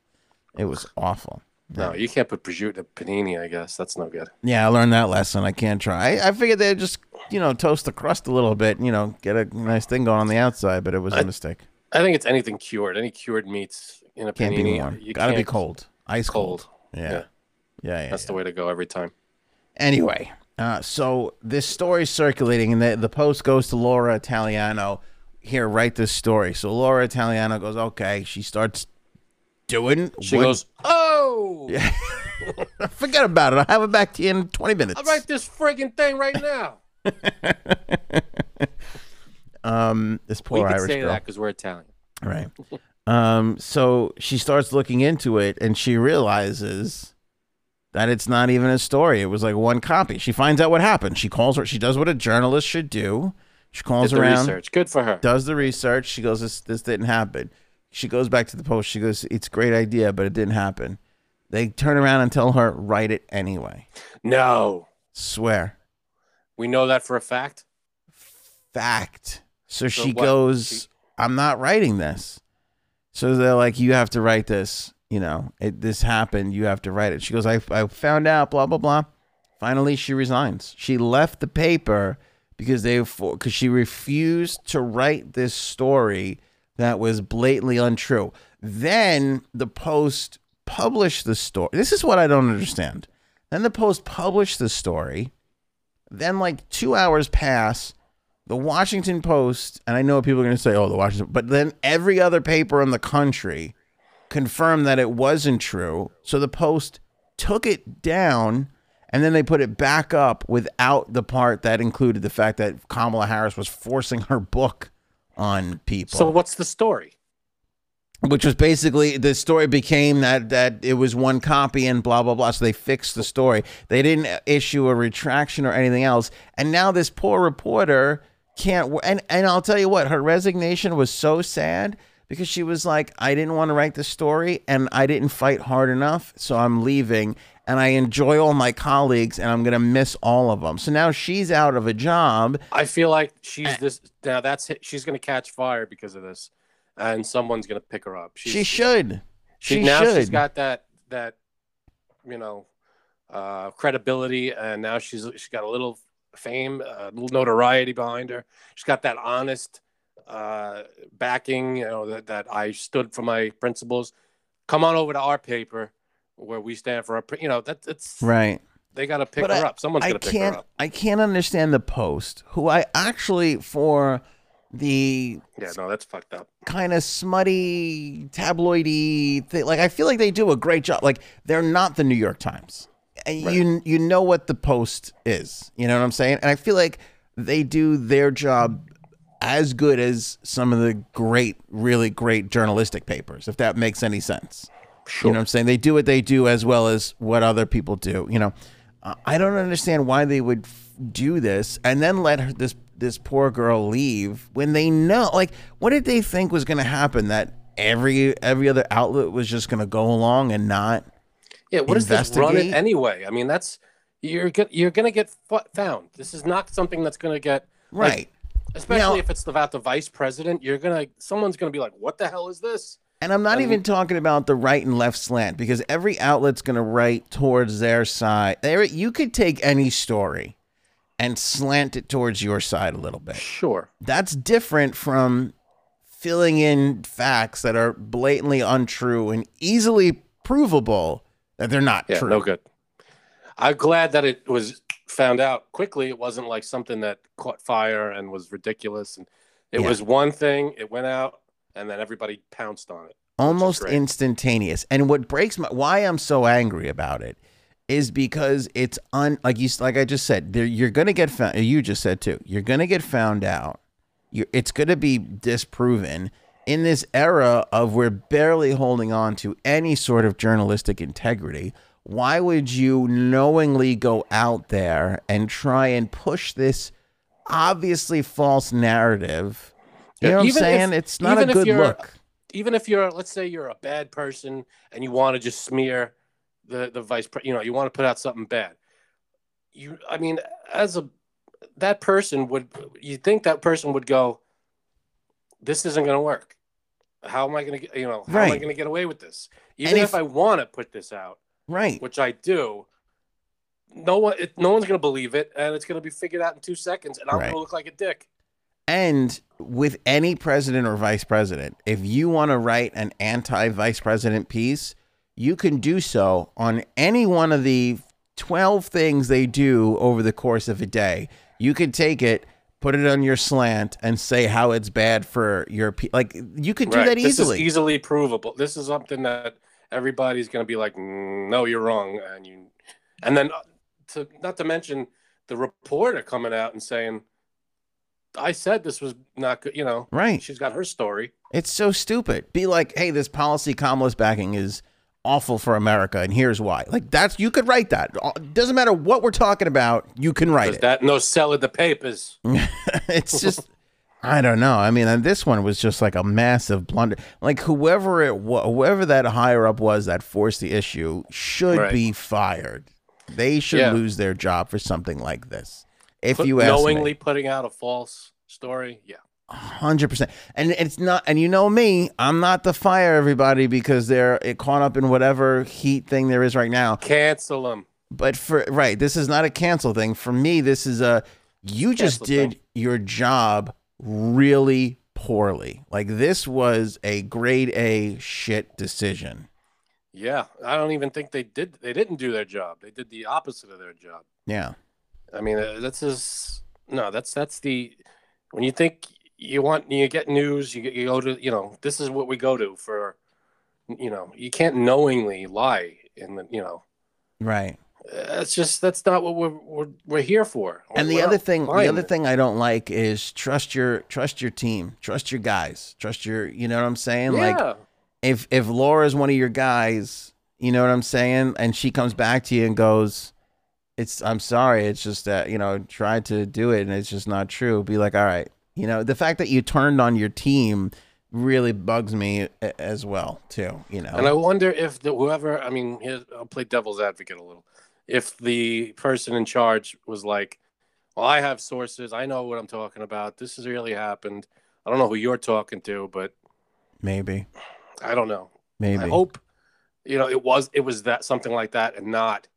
A: It was awful.
B: No, you can't put prosciutto in a panini. I guess that's no good.
A: Yeah, I learned that lesson. I can't try. I, I figured they'd just, you know, toast the crust a little bit, you know, get a nice thing going on the outside, but it was a
B: I-
A: mistake.
B: I think it's anything cured. Any cured meats in a
A: Can't
B: panini.
A: be warm.
B: you
A: Gotta be
B: can't-
A: cold. Ice cold.
B: Cold.
A: Yeah. Yeah,
B: Yeah.
A: yeah.
B: That's
A: yeah.
B: the way to go every time.
A: Anyway, uh, so this story's circulating, and the, the post goes to Laura Italiano. Here, write this story. So Laura Italiano goes, okay. She starts doing.
B: She
A: what-
B: goes, "Oh,
A: forget about it. I'll have it back to you in 20 minutes.
B: I'll write this friggin' thing right now."
A: Um, this
B: we
A: poor
B: can
A: Irish
B: say
A: girl.
B: that because we're Italian.
A: Right. Um, so she starts looking into it and she realizes that it's not even a story. It was like one copy. She finds out what happened. She calls her, she does what a journalist should do. She calls
B: Did the
A: around,
B: research. Good for her.
A: does the research. She goes, this, this didn't happen. She goes back to the post. She goes, it's a great idea, but it didn't happen. They turn around and tell her, write it anyway.
B: No,
A: Swear.
B: we know that for a fact.
A: fact. So,
B: So
A: she
B: what?
A: goes,
B: She-
A: I'm not writing this. So they're like, you have to write this. You know, it, this happened. You have to write it. She goes, I, I found out, blah, blah, blah. Finally, she resigns. She left the paper because they, because she refused to write this story that was blatantly untrue. Then the Post published the story. This is what I don't understand. Then the Post published the story. Then, like, two hours pass the Washington Post, and I know people are going to say, "Oh, the Washington," but then every other paper in the country confirmed that it wasn't true. So the Post took it down, and then they put it back up without the part that included the fact that Kamala Harris was forcing her book on people
B: So what's the story?
A: which was basically the story became that that it was one copy and blah blah blah so they fixed the story they didn't issue a retraction or anything else and now this poor reporter can't wo- and and I'll tell you what her resignation was so sad because she was like I didn't want to write the story and I didn't fight hard enough so I'm leaving and I enjoy all my colleagues and I'm going to miss all of them so now she's out of a job
B: I feel like
A: Eh.
B: she's this now. That's it. she's gonna catch fire because of this, and someone's gonna pick her up. She's,
A: she should she,
B: now
A: should
B: she's got that that you know uh, credibility, and now she's she's got a little fame, a little notoriety behind her. She's got that honest uh, backing. You know that, that I stood for my principles. Come on over to our paper where we stand for our. pr- You know that that's
A: right
B: they gotta pick
A: But
B: her
A: I-
B: up. Someone's
A: I
B: gonna pick
A: can't.
B: her up.
A: I can't understand the post. Who I actually for the
B: Yeah, no, that's fucked up.
A: kind of smutty tabloidy thing. Like I feel like they do a great job. Like they're not the New York Times. And You you know what the Post is. You know what I'm saying? And I feel like they do their job as good as some of the great, really great journalistic papers. If that makes any sense. You know what I'm saying? They do what they do as well as what other people do. You know, Uh, I don't understand why they would f- do this and then let her, this this poor girl leave when they know. Like, what did they think was going to happen? That every every other outlet was just going to go along and not.
B: Yeah, what is this run it
A: investigate?
B: anyway? I mean, that's you're go- you're gonna get fu- found. This is not something that's gonna get like,
A: Right. Now-
B: especially if it's about the vice president. You're gonna someone's gonna be like, "What the hell is this?"
A: And I'm not
B: Um,
A: even talking about the right and left slant because every outlet's going to write towards their side. There, you could take any story and slant it towards your side a little bit.
B: Sure,
A: That's different from filling in facts that are blatantly untrue and easily provable that they're not
B: yeah,
A: true.
B: no good. I'm glad that it was found out quickly it wasn't like something that caught fire and was ridiculous. And it
A: Yeah.
B: was one thing. It went out, and then everybody pounced on it.
A: almost
B: great.
A: instantaneous. And what breaks my why I'm so angry about it is because it's un like you like I just said there you're gonna get found. You just said too. You're gonna get found out. You're, it's gonna be disproven in this era of we're barely holding on to any sort of journalistic integrity. Why would you knowingly go out there and try and push this obviously false narrative? You know what I'm
B: Even if-
A: saying? it's not a
B: even if
A: good
B: you're-
A: look.
B: even if you're let's say you're a bad person and you want to just smear the the vice pre- you know you want to put out something bad you i mean as a that person would you think that person would go this isn't going to work how am i going to get you know how am i
A: Right.
B: going to get away with this even
A: if-
B: if, i want to put this out
A: Right.
B: which i do no one it, no one's going to believe it and it's going to be figured out in 2 seconds and i'm
A: Right.
B: going to look like a dick
A: And with any president or vice president, if you want to write an anti vice president piece, you can do so on any one of the 12 things they do over the course of a day. You can take it, put it on your slant, and say how it's bad for your pe- like you could do that
B: This
A: easily.
B: is easily provable. This is something that everybody's going to be like, "Mm, "No, you're wrong," and you, and then uh, to not to mention the reporter coming out and saying, "I said this was not good." You know,
A: Right.
B: She's got her story.
A: It's so stupid. Be like, hey, this policy Kamala's backing is awful for America, and here's why. Like that's you could write that. Doesn't matter what we're talking about, you can write
B: Does
A: it.
B: that no sell of the papers?
A: it's just I don't know. I mean, and this one was just like a massive blunder. Like whoever it wa- whoever that higher up was that forced the issue should
B: Right.
A: be fired. They should
B: Yeah.
A: lose their job for something like this. If
B: Put-
A: you ask
B: knowingly
A: me,
B: putting out a false story, yeah,
A: hundred percent. And it's not. And you know me, I'm not to fire everybody because they're eh, caught up in whatever heat thing there is right now.
B: cancel them.
A: But for right, this is not a cancel thing. For me, this is a you just
B: Cancel
A: did
B: thing.
A: your job really poorly. Like this was a grade A shit decision.
B: Yeah, I don't even think they did. They didn't do their job. They did the opposite of their job.
A: Yeah.
B: I mean, uh, that's is no, that's that's the when you think you want you get news, you, get- you go to you know this is what we go to for you know you can't knowingly lie in the you know
A: Right.
B: Uh, it's just that's not what we're we're, we're here for.
A: And the
B: We're
A: other
B: not
A: thing, the
B: lying.
A: other thing I don't like is trust your trust your team, trust your guys, trust your, you know what I'm saying? Like
B: yeah,
A: if if Laura's one of your guys, you know what I'm saying, and she comes back to you and goes, "It's I'm sorry, it's just that you know tried to do it and it's just not true." Be like, "All right, you know the fact that you turned on your team really bugs me a- as well too." You know,
B: and I wonder if the whoever I mean, here, I'll play devil's advocate a little. If the person in charge was like, "Well, I have sources. I know what I'm talking about. This has really happened. I don't know who you're talking to, but
A: maybe,
B: I don't know."
A: maybe,
B: I hope you know it was it was that something like that and not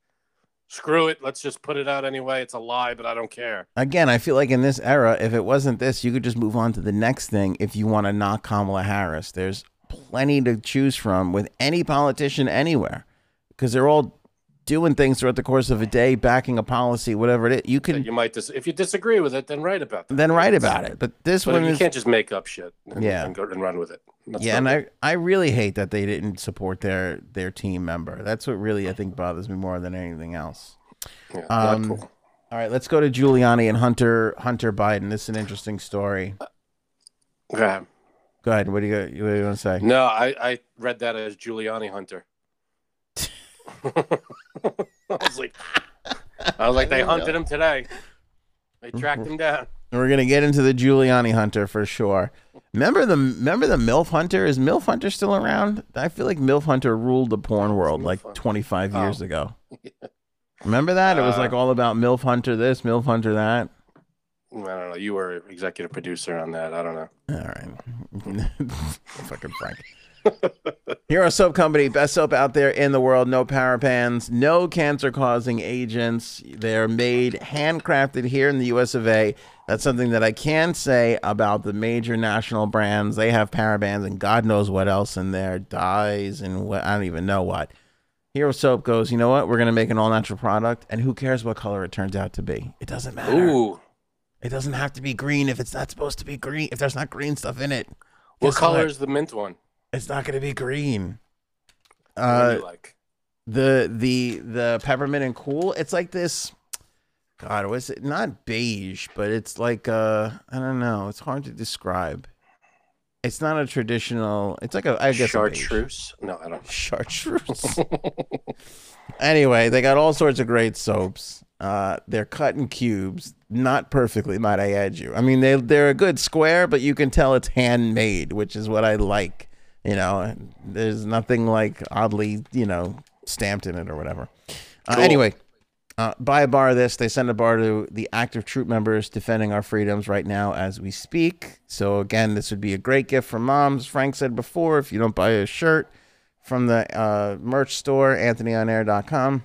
B: screw it let's just put it out anyway it's a lie but I don't care
A: again, I feel like in this era, if it wasn't this, you could just move on to the next thing if you want to knock Kamala Harris. There's plenty to choose from with any politician anywhere because they're all doing things throughout the course of a day, backing a policy, whatever it is. You
B: that
A: can
B: you might dis- if you disagree with it then write about that
A: then write about it. But this
B: but
A: one
B: you
A: is.
B: can't just make up shit and,
A: Yeah.
B: and go and run with it That's
A: Yeah, and
B: not-
A: I, I really hate that they didn't support their, their team member. That's what really I think bothers me more than anything else.
B: yeah, not
A: um,
B: cool.
A: All right, let's go to Giuliani and Hunter Hunter Biden. This is an interesting story.
B: Okay.
A: Go ahead. What do you, what do you want to say?
B: no I, I read that as Giuliani Hunter I was like I was like they
A: didn't
B: hunted him today they tracked him down
A: And We're gonna get into the Giuliani hunter for sure. Remember the remember the MILF hunter? Is MILF hunter still around? I feel like MILF hunter ruled the porn world
B: MILF
A: like
B: Hunter?
A: 25
B: Oh.
A: years ago. Remember that? It was
B: Uh,
A: like all about MILF hunter this, MILF hunter that.
B: I don't know you were executive producer on that I don't know
A: All right. Fucking Frank. Hero Soap Company, best soap out there in the world. No parabens, no cancer causing agents. They're made handcrafted here in the US of A. That's something that I can say about the major national brands. They have parabens and God knows what else in there, dyes and what I don't even know what. Hero Soap goes, you know what? We're going to make an all natural product, and who cares what color it turns out to be? It doesn't matter.
B: Ooh,
A: It doesn't have to be green if it's not supposed to be green, if there's not green stuff in it.
B: what
A: Guess
B: color is the mint one?
A: It's not going to be green.
B: What do
A: Uh,
B: you like
A: the the the peppermint and cool it's like this god was it not beige but it's like uh i don't know it's hard to describe it's not a traditional it's like a i guess a beige.
B: chartreuse? No, I don't.
A: chartreuse anyway they got all sorts of great soaps uh they're cut in cubes not perfectly might i add you i mean they they're a good square but you can tell it's handmade which is what i like you know there's nothing like oddly you know stamped in it or whatever uh,
B: Cool.
A: anyway uh, buy a bar of this. They send a bar to the active troop members defending our freedoms right now as we speak. So, again, this would be a great gift for moms. Frank said before if you don't buy a shirt from the uh, merch store, anthonyonair.com,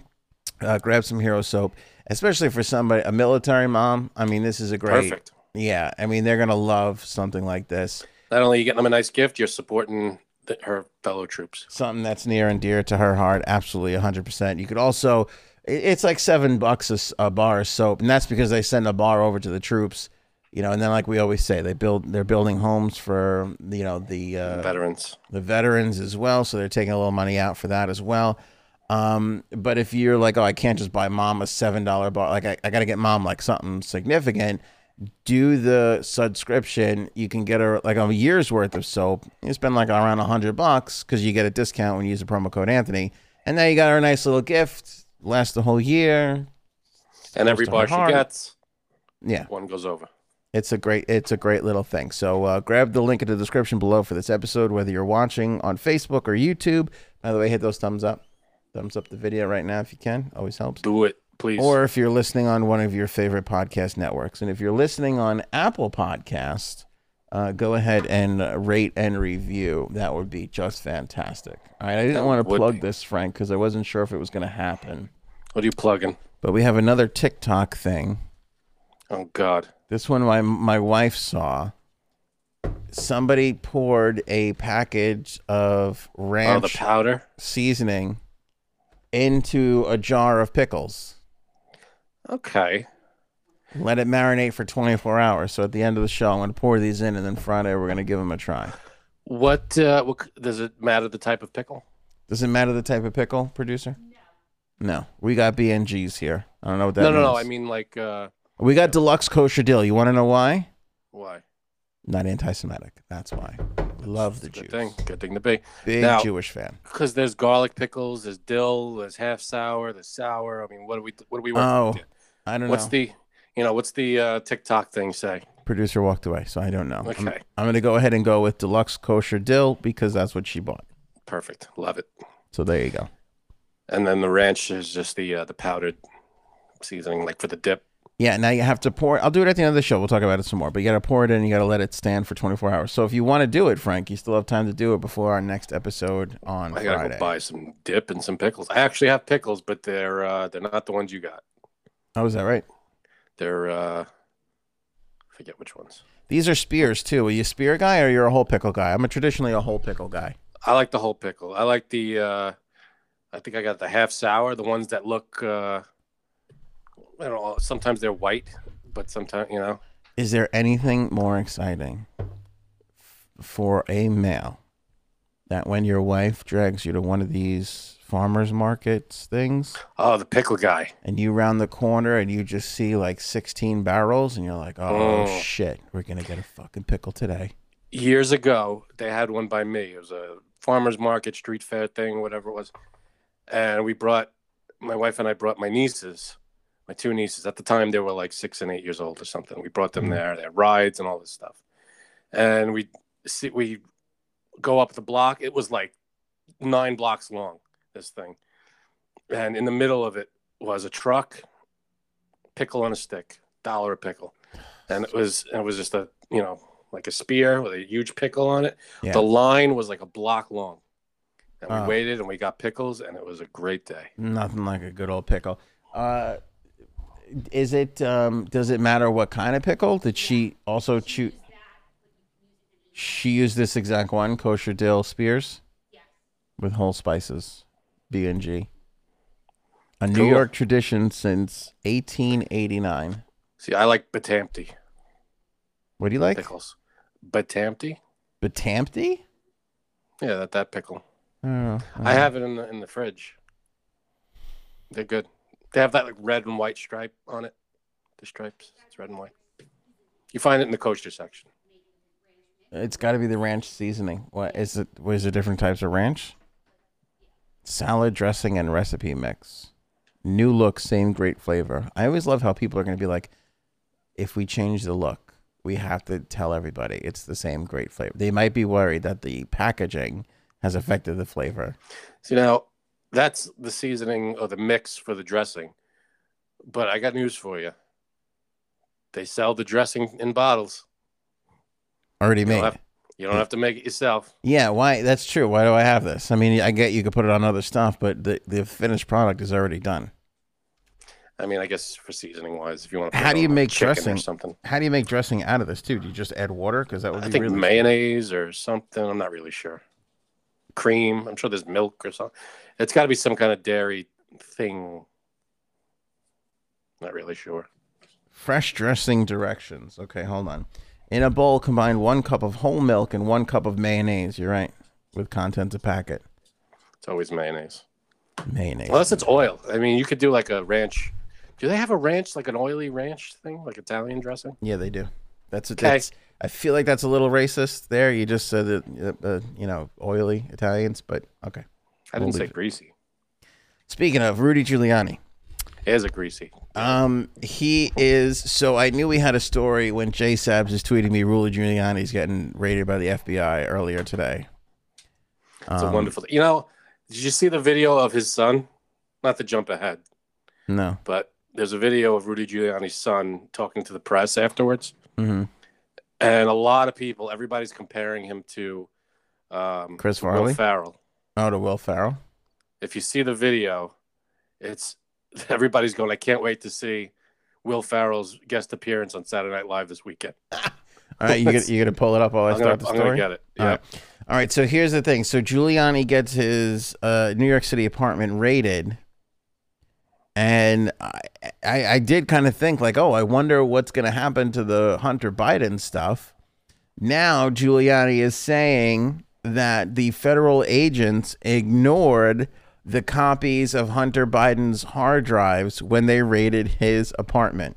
A: uh, grab some hero soap, especially for somebody, a military mom. I mean, this is a great.
B: Perfect.
A: Yeah. I mean, they're going to love something like this.
B: Not only are you getting them a nice gift, you're supporting the, her fellow troops.
A: something that's near and dear to her heart. Absolutely, hundred percent. You could also, i- it's like seven bucks a, s- a bar of soap, and that's because they send a bar over to the troops. You know, and then like we always say, they build they're building homes for you know the uh,
B: Veterans.
A: the veterans as well, so they're taking a little money out for that as well. Um, but if you're like, oh, I can't just buy mom a seven dollar bar, like I, I got to get mom like something significant. Do the subscription, you can get a like a year's worth of soap. You spend like around a hundred bucks because you get a discount when you use the promo code Anthony, and now you got her a nice little gift. Lasts the whole year.
B: And every
A: to
B: bar
A: her
B: she
A: heart.
B: gets,
A: Yeah,
B: one goes over.
A: it's a great it's a great little thing. So uh, grab the link in the description below for this episode, whether you're watching on Facebook or YouTube. By the way, hit those thumbs up, thumbs up the video right now if you can. Always helps.
B: Do it, please.
A: Or if you're listening on one of your favorite podcast networks, and if you're listening on Apple Podcast, uh, go ahead and uh, rate and review. That would be just fantastic. All right, I didn't
B: That
A: want to
B: would
A: plug
B: be.
A: this, Frank, because I wasn't sure if it was going to happen.
B: what are you plugging?
A: But we have another TikTok thing.
B: Oh God.
A: This one my my wife saw. Somebody poured a package of
B: Oh, the
A: ranch
B: powder.
A: seasoning into a jar of pickles.
B: Okay.
A: Let it marinate for 24 hours. So at the end of the show, I'm going to pour these in, and then Friday we're going to give them a try.
B: What? Uh, what c- does it matter? The type of pickle?
A: Does it matter the type of pickle, producer? No. we got BNGs here. I don't know what that
B: no,
A: means.
B: no, no. I mean, like, uh,
A: we got deluxe kosher dill. You want to know why?
B: why?
A: Not anti-Semitic. That's why. Love the
B: Good
A: Jews.
B: thing. Good thing to be.
A: Big
B: Now-
A: Jewish fan.
B: Because there's garlic pickles, there's dill, there's half sour, there's sour. I mean, what do we? What do we? working
A: Oh,
B: with here?
A: I don't know.
B: What's the? You know, what's the uh, TikTok thing say?
A: producer walked away, so I don't know. I'm-
B: Okay.
A: I'm, going to go ahead and go with deluxe kosher dill because that's what she bought.
B: Perfect. Love it.
A: So there you go.
B: And then the ranch is just the uh, the powdered seasoning, like for the dip.
A: Yeah, now you have to pour it. I'll do it at the end of the show. We'll talk about it some more. But you got to pour it in. You got to let it stand for 24 hours. So if you want to do it, Frank, you still have time to do it before our next episode on
B: I gotta
A: Friday.
B: go buy some dip and some pickles. I actually have pickles, but they're uh, they're not the ones you got.
A: Oh, is that right?
B: They're uh, I forget which ones.
A: These are spears too. Are you a spear guy or you're a whole pickle guy? I'm a traditionally a whole pickle guy.
B: I like the whole pickle. I like the. Uh, I think I got the half sour, the ones that look. Uh, I don't know. Sometimes they're white, but sometimes you know.
A: Is there anything more exciting f- for a male that when your wife drags you to one of these farmers markets things
B: Oh, the pickle guy.
A: and you round the corner and you just see like 16 barrels and you're like, oh,
B: Oh.
A: shit, we're going to get a fucking pickle today.
B: Years ago, they had one by me. It was a farmers market, street fair thing, whatever it was, and we brought my wife and I brought my nieces, my two nieces. At the time, they were like six and eight years old or something. We brought them
A: Mhm.
B: there, their rides and all this stuff, and we see we go up the block. It was like nine blocks long. This thing, and in the middle of it was a truck, pickle on a stick, dollar a pickle, and it was it was just a you know like a spear with a huge pickle on it.
A: Yeah.
B: The line was like a block long. And we
A: Ah.
B: waited and we got pickles and it was a great day.
A: Nothing like a good old pickle. Uh, is it, um, does it matter what kind of pickle? Did she also choose? She used this exact one, kosher dill spears with whole spices, B and G. a New
B: Cool.
A: York tradition since 1889.
B: See, I like Batampti
A: What do you like?
B: pickles. Batampti?
A: Batampti?
B: Yeah, that that pickle.
A: Oh,
B: I have it in the in the fridge. They're good. They have that like red and white stripe on it. The stripes. It's red and white. You find it in the coaster section.
A: It's got to be the ranch seasoning. What is it? What is the different types of ranch? Salad dressing and recipe mix. New look, same great flavor. I always love how people are going to be like, if we change the look, we have to tell everybody it's the same great flavor. They might be worried that the packaging has affected the flavor.
B: See now, that's the seasoning or the mix for the dressing. But I got news for you. They sell the dressing in bottles.
A: Already
B: You
A: made.
B: don't have, you
A: Hmm.
B: don't have to make it yourself.
A: yeah, why? That's true. Why do I have this? I mean, I get you could put it on other stuff, but the, the finished product is already done.
B: I mean, I guess for seasoning wise, if you want to.
A: How do you make
B: chicken
A: dressing?
B: or something?
A: How do you make dressing out of this too? Do you just add water? Because that would be
B: I think
A: really
B: mayonnaise or something. I'm not really sure. Cream. I'm sure there's milk or something. It's got to be some kind of dairy thing. Not really sure.
A: Fresh dressing directions. Okay, hold on. In a bowl, combine one cup of whole milk and one cup of mayonnaise. You're right. With contents of packet.
B: It's always mayonnaise,
A: Mayonnaise.
B: unless it's oil. I mean, you could do like a ranch. Do they have a ranch like an oily ranch thing, like Italian dressing?
A: Yeah, they do. That's it.
B: Okay.
A: That's, I feel like that's a little racist there. You just said that, uh, uh, you know, oily Italians, but okay.
B: I didn't
A: Holy
B: say
A: sh-
B: greasy.
A: Speaking of Rudy Giuliani,
B: It is a greasy.
A: Um, he is. So I knew we had a story when Jay Sabs is tweeting me. Rudy Giuliani's getting raided by the FBI earlier today.
B: It's
A: Um,
B: a wonderful. You know, did you see the video of his son? Not to jump ahead,
A: No.
B: but there's a video of Rudy Giuliani's son talking to the press afterwards.
A: hmm
B: and a lot of people, everybody's comparing him to um,
A: Chris
B: Will
A: Farley.
B: Farrell.
A: Oh, to Will Farrell.
B: If you see the video, it's everybody's going. I can't wait to see Will Farrell's guest appearance on Saturday Night Live this weekend.
A: All right, you gonna, you gonna pull it up while I
B: I'm gonna,
A: start the
B: I'm
A: story.
B: gonna get it.
A: All
B: Yeah,
A: right. All right. So here's the thing. So Giuliani gets his uh, New York City apartment raided, and I, I, I did kind of think like, oh, I wonder what's going to happen to the Hunter Biden stuff. Now Giuliani is saying that the federal agents ignored the copies of Hunter Biden's hard drives when they raided his apartment.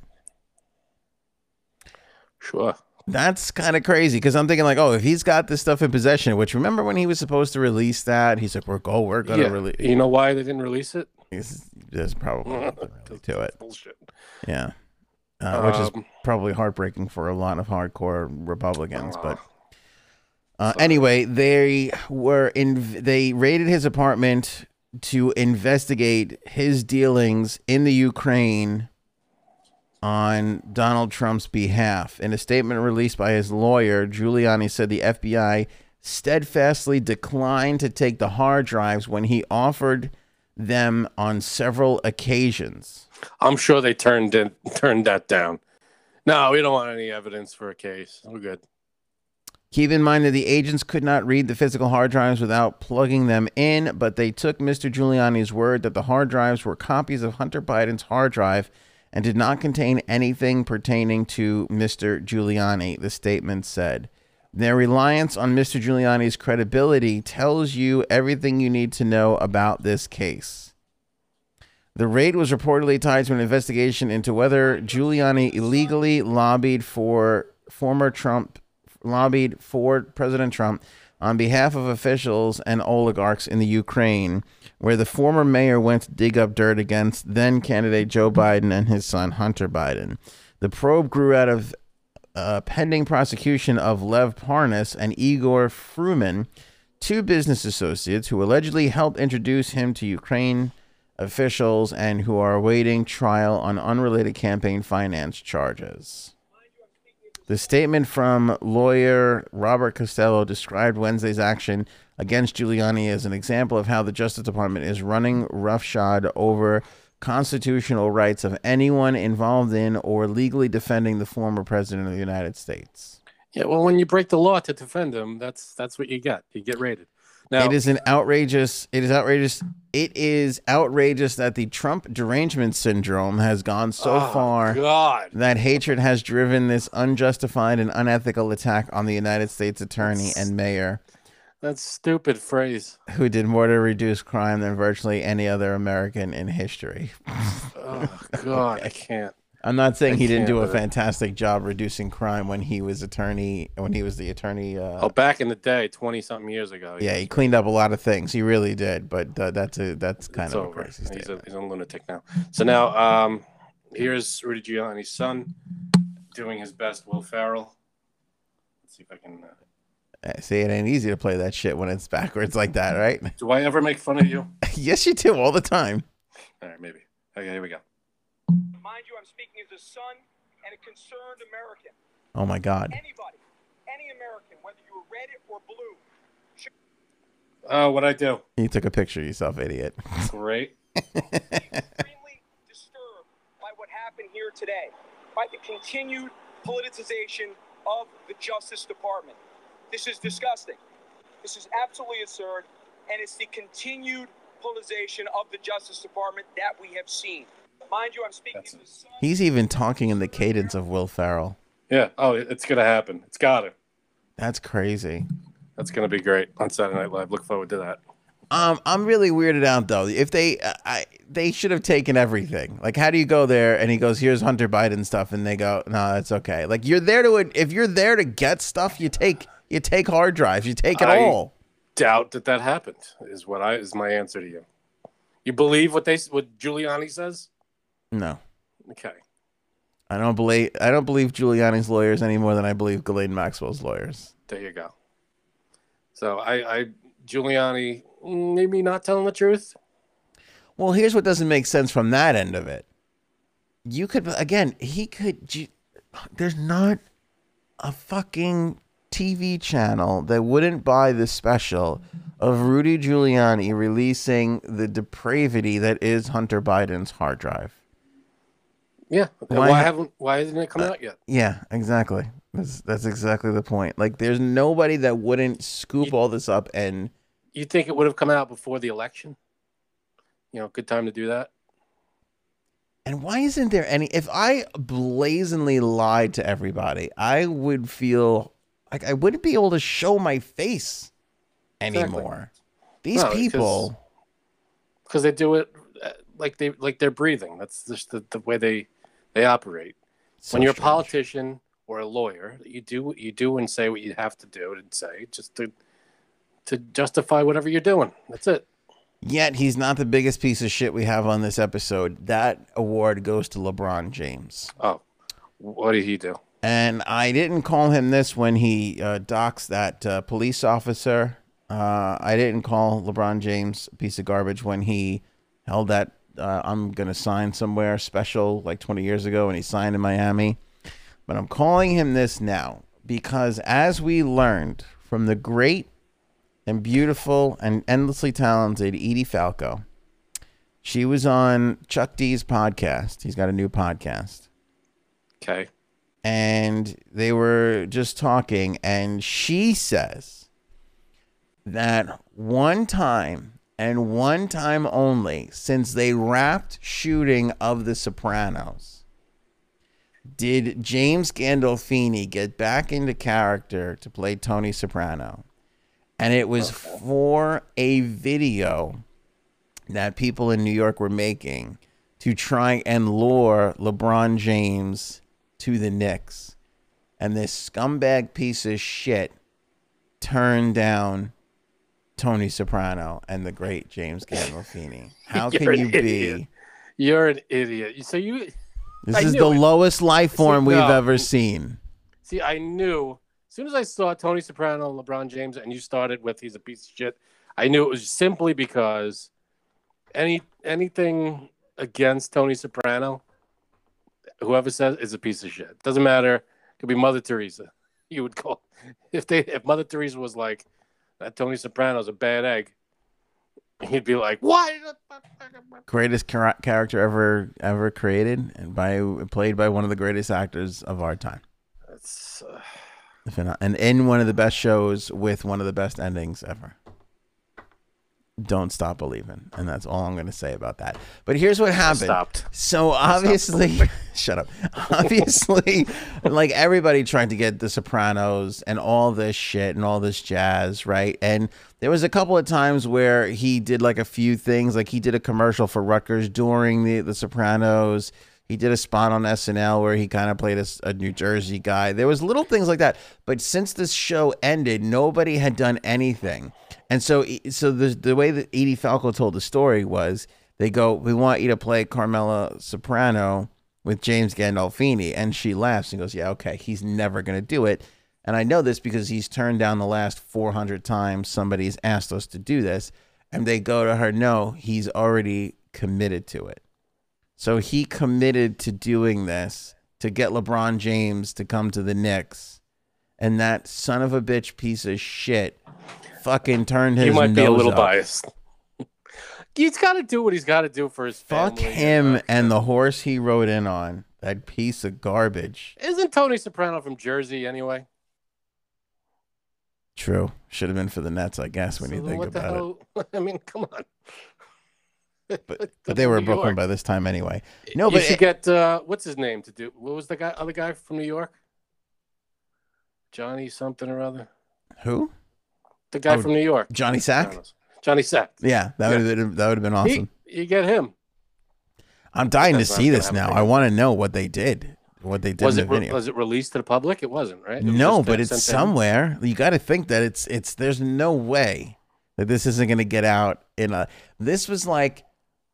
B: sure.
A: That's kind of crazy because I'm thinking like, oh, if he's got this stuff in possession, which remember when he was supposed to release that, he's like, we're go, we're gonna
B: Yeah.
A: release.
B: You know why they didn't release it?
A: He's- There's probably nothing really to it,
B: Bullshit.
A: yeah, uh, which is
B: Um,
A: probably heartbreaking for a lot of hardcore Republicans. But
B: uh,
A: uh, anyway, they were in. They raided his apartment to investigate his dealings in the Ukraine on Donald Trump's behalf. In a statement released by his lawyer, Giuliani said the FBI steadfastly declined to take the hard drives when he offered them on several occasions.
B: I'm sure they turned in, turned that down. No, we don't want any evidence for a case. We're good.
A: Keep in mind that the agents could not read the physical hard drives without plugging them in, but they took Mr. Giuliani's word that the hard drives were copies of Hunter Biden's hard drive and did not contain anything pertaining to Mr. Giuliani, the statement said. Their reliance on Mr. Giuliani's credibility tells you everything you need to know about this case. The raid was reportedly tied to an investigation into whether Giuliani illegally lobbied for former Trump lobbied for President Trump on behalf of officials and oligarchs in the Ukraine, where the former mayor went to dig up dirt against then candidate Joe Biden and his son Hunter Biden. The probe grew out of uh, pending prosecution of Lev Parnas and Igor Fruman, two business associates who allegedly helped introduce him to Ukraine officials and who are awaiting trial on unrelated campaign finance charges. The statement from lawyer Robert Costello described Wednesday's action against Giuliani as an example of how the Justice Department is running roughshod over constitutional rights of anyone involved in or legally defending the former president of the United States.
B: Yeah, well, when you break the law to defend him, that's that's what you get. You get raided. Now,
A: It is an outrageous. It is outrageous. It is outrageous that the Trump derangement syndrome has gone so
B: oh,
A: far
B: God.
A: that hatred has driven this unjustified and unethical attack on the United States attorney and mayor,
B: That stupid phrase.
A: who did more to reduce crime than virtually any other American in history.
B: Oh, God. I can't.
A: I'm not saying
B: I
A: he didn't
B: can't
A: do a
B: with it.
A: fantastic job reducing crime when he was attorney when he was the attorney. Uh,
B: Oh, back in the day, 20 something years ago.
A: yeah,
B: he
A: he cleaned up a lot of things. He really did, but uh, that's a that's kind
B: it's
A: of a
B: over.
A: crazy
B: He's
A: statement.
B: a, he's a lunatic now. So now, um, here's Rudy Giuliani's son doing his best, Will Farrell. Let's see if I can. Uh,
A: Uh, See, it ain't easy to play that shit when it's backwards like that, right?
B: do I ever make fun of you?
A: yes, you do all the time.
B: All right, maybe. Okay, here we go.
C: Mind you, I'm speaking as a son and a concerned American.
A: Oh my god.
C: Anybody, any American, whether you were red or blue,
B: Oh, what I do?
A: You took a picture of yourself, idiot.
B: Great.
C: extremely disturbed by what happened here today, by the continued politicization of the Justice Department. This is disgusting. This is absolutely absurd, and it's the continued politicization of the Justice Department that we have seen. Mind you, I'm speaking
B: That's-
C: as a son.
A: He's even talking in the cadence of Will Ferrell.
B: Yeah. Oh, it- it's gonna happen. It's got to.
A: That's crazy.
B: That's gonna be great on Saturday Night Live. Look forward to that.
A: Um, I'm really weirded out though. If they, I- I, they should have taken everything. Like, how do you go there? And he goes, "Here's Hunter Biden stuff," and they go, "No, it's okay." Like, you're there to, if you're there to get stuff, you take, you take hard drives, you take it
B: I-
A: all.
B: Doubt that that happened is what I is my answer to you. You believe what they s- what Giuliani says?
A: No,
B: Okay.
A: I don't believe, I don't believe Giuliani's lawyers any more than I believe Ghislaine Maxwell's lawyers.
B: There you go. So I, I Giuliani mm, maybe not telling the truth.
A: Well, here's what doesn't make sense from that end of it. You could again, he could ju- there's not a fucking TV channel that wouldn't buy the special of Rudy Giuliani releasing the depravity that is Hunter Biden's hard drive.
B: Yeah.
A: Why
B: Why,
A: ha- Uh,
B: haven't why hasn't it come out yet?
A: Yeah, exactly. That's that's exactly the point. Like there's nobody that wouldn't scoop all this up and
B: You think it would have come out before the election? You know, good time to do that.
A: And why isn't there any? If I blazingly lied to everybody, I would feel like I wouldn't be able to show my face
B: Exactly.
A: anymore. These
B: No, because-
A: people,
B: Because they do it uh, like they like they're breathing. That's just the, the way they they operate.
A: So
B: when you're a
A: strange.
B: politician or a lawyer, you do what you do and say what you have to do and say just to to justify whatever you're doing. That's it.
A: yet he's not the biggest piece of shit we have on this episode. That award goes to LeBron James.
B: Oh, what did he do?
A: And I didn't call him this when he uh, doxed that uh, police officer. Uh, I didn't call LeBron James a piece of garbage when he held that uh, I'm going to sign somewhere special like 20 years ago and he signed in Miami. But I'm calling him this now because as we learned from the great and beautiful and endlessly talented Edie Falco, she was on Chuck D's podcast. He's got a new podcast
B: Okay.
A: and they were just talking and she says that one time and one time only since they wrapped shooting of the sopranos did james gandolfini get back into character to play tony soprano and it was for a video that people in New York were making to try and lure LeBron James to the Knicks. And this scumbag piece of shit turned down Tony Soprano and the great James Gandolfini. How
B: You're
A: can
B: an
A: you be?
B: idiot. You're an idiot. You- So you
A: This
B: I
A: is
B: knew
A: the
B: it.
A: lowest life form we've
B: no.
A: ever seen.
B: see, I knew as soon as I saw Tony Soprano and LeBron James, and you started with he's a piece of shit. I knew it was simply because any anything against Tony Soprano, whoever says is a piece of shit. Doesn't matter. could be Mother Teresa. You would call if they if Mother Teresa was like that Tony Soprano's a bad egg. He'd be like, why?
A: Greatest chara- character ever ever created and by played by one of the greatest actors of our time.
B: That's, uh,
A: If you're not- and in one of the best shows with one of the best endings ever. don't stop believing and that's all i'm going to say about that but here's what happened
B: stopped.
A: so obviously shut up obviously like everybody tried to get the sopranos and all this shit and all this jazz right and there was a couple of times where he did like a few things like he did a commercial for rutgers during the, the sopranos he did a spot on SNL where he kind of played a, s- a New Jersey guy. There was little things like that, but since this show ended, nobody had done anything, and so E- so the the way that Edie Falco told the story was they go, "We want you to play Carmela Soprano with James Gandolfini," and she laughs and goes, "Yeah, okay, he's never gonna do it." And I know this because he's turned down the last 400 times somebody's asked us to do this. And they go to her, no, he's already committed to it. So he committed to doing this to get LeBron James to come to the Knicks. And that son of a bitch piece of shit fucking turned his
B: You might be a
A: nose
B: little
A: up.
B: biased. he's got to do what he's got to do for his
A: Fuck
B: family.
A: him and the horse he rode in on. That piece of garbage.
B: Isn't Tony Soprano from Jersey anyway?
A: True. Should have been for the Nets, I guess, when
B: So
A: you
B: then
A: think
B: what the
A: about it.
B: hell- I mean, come on.
A: But, but they were in
B: New
A: Brooklyn
B: York.
A: by this time anyway. No,
B: you
A: but
B: should
A: it-
B: get uh, what's his name to do? What was the guy? Other guy from New York? Johnny something or other.
A: who?
B: The guy
A: Oh,
B: from New York.
A: Johnny Sack?
B: Johnny Sack.
A: Yeah, that
B: Yeah.
A: would have been that would have been awesome.
B: He, you get him.
A: I'm dying to
B: That's what
A: see
B: I'm
A: this
B: gonna
A: now.
B: have to
A: I want to know what they did. What they did
B: Was
A: in
B: it
A: the
B: re-
A: video.
B: was it released to the public? It wasn't, right? It was
A: no,
B: just, uh,
A: but it's
B: sent to him.
A: somewhere. You got to think that it's it's. There's no way that this isn't going to get out in a. This was like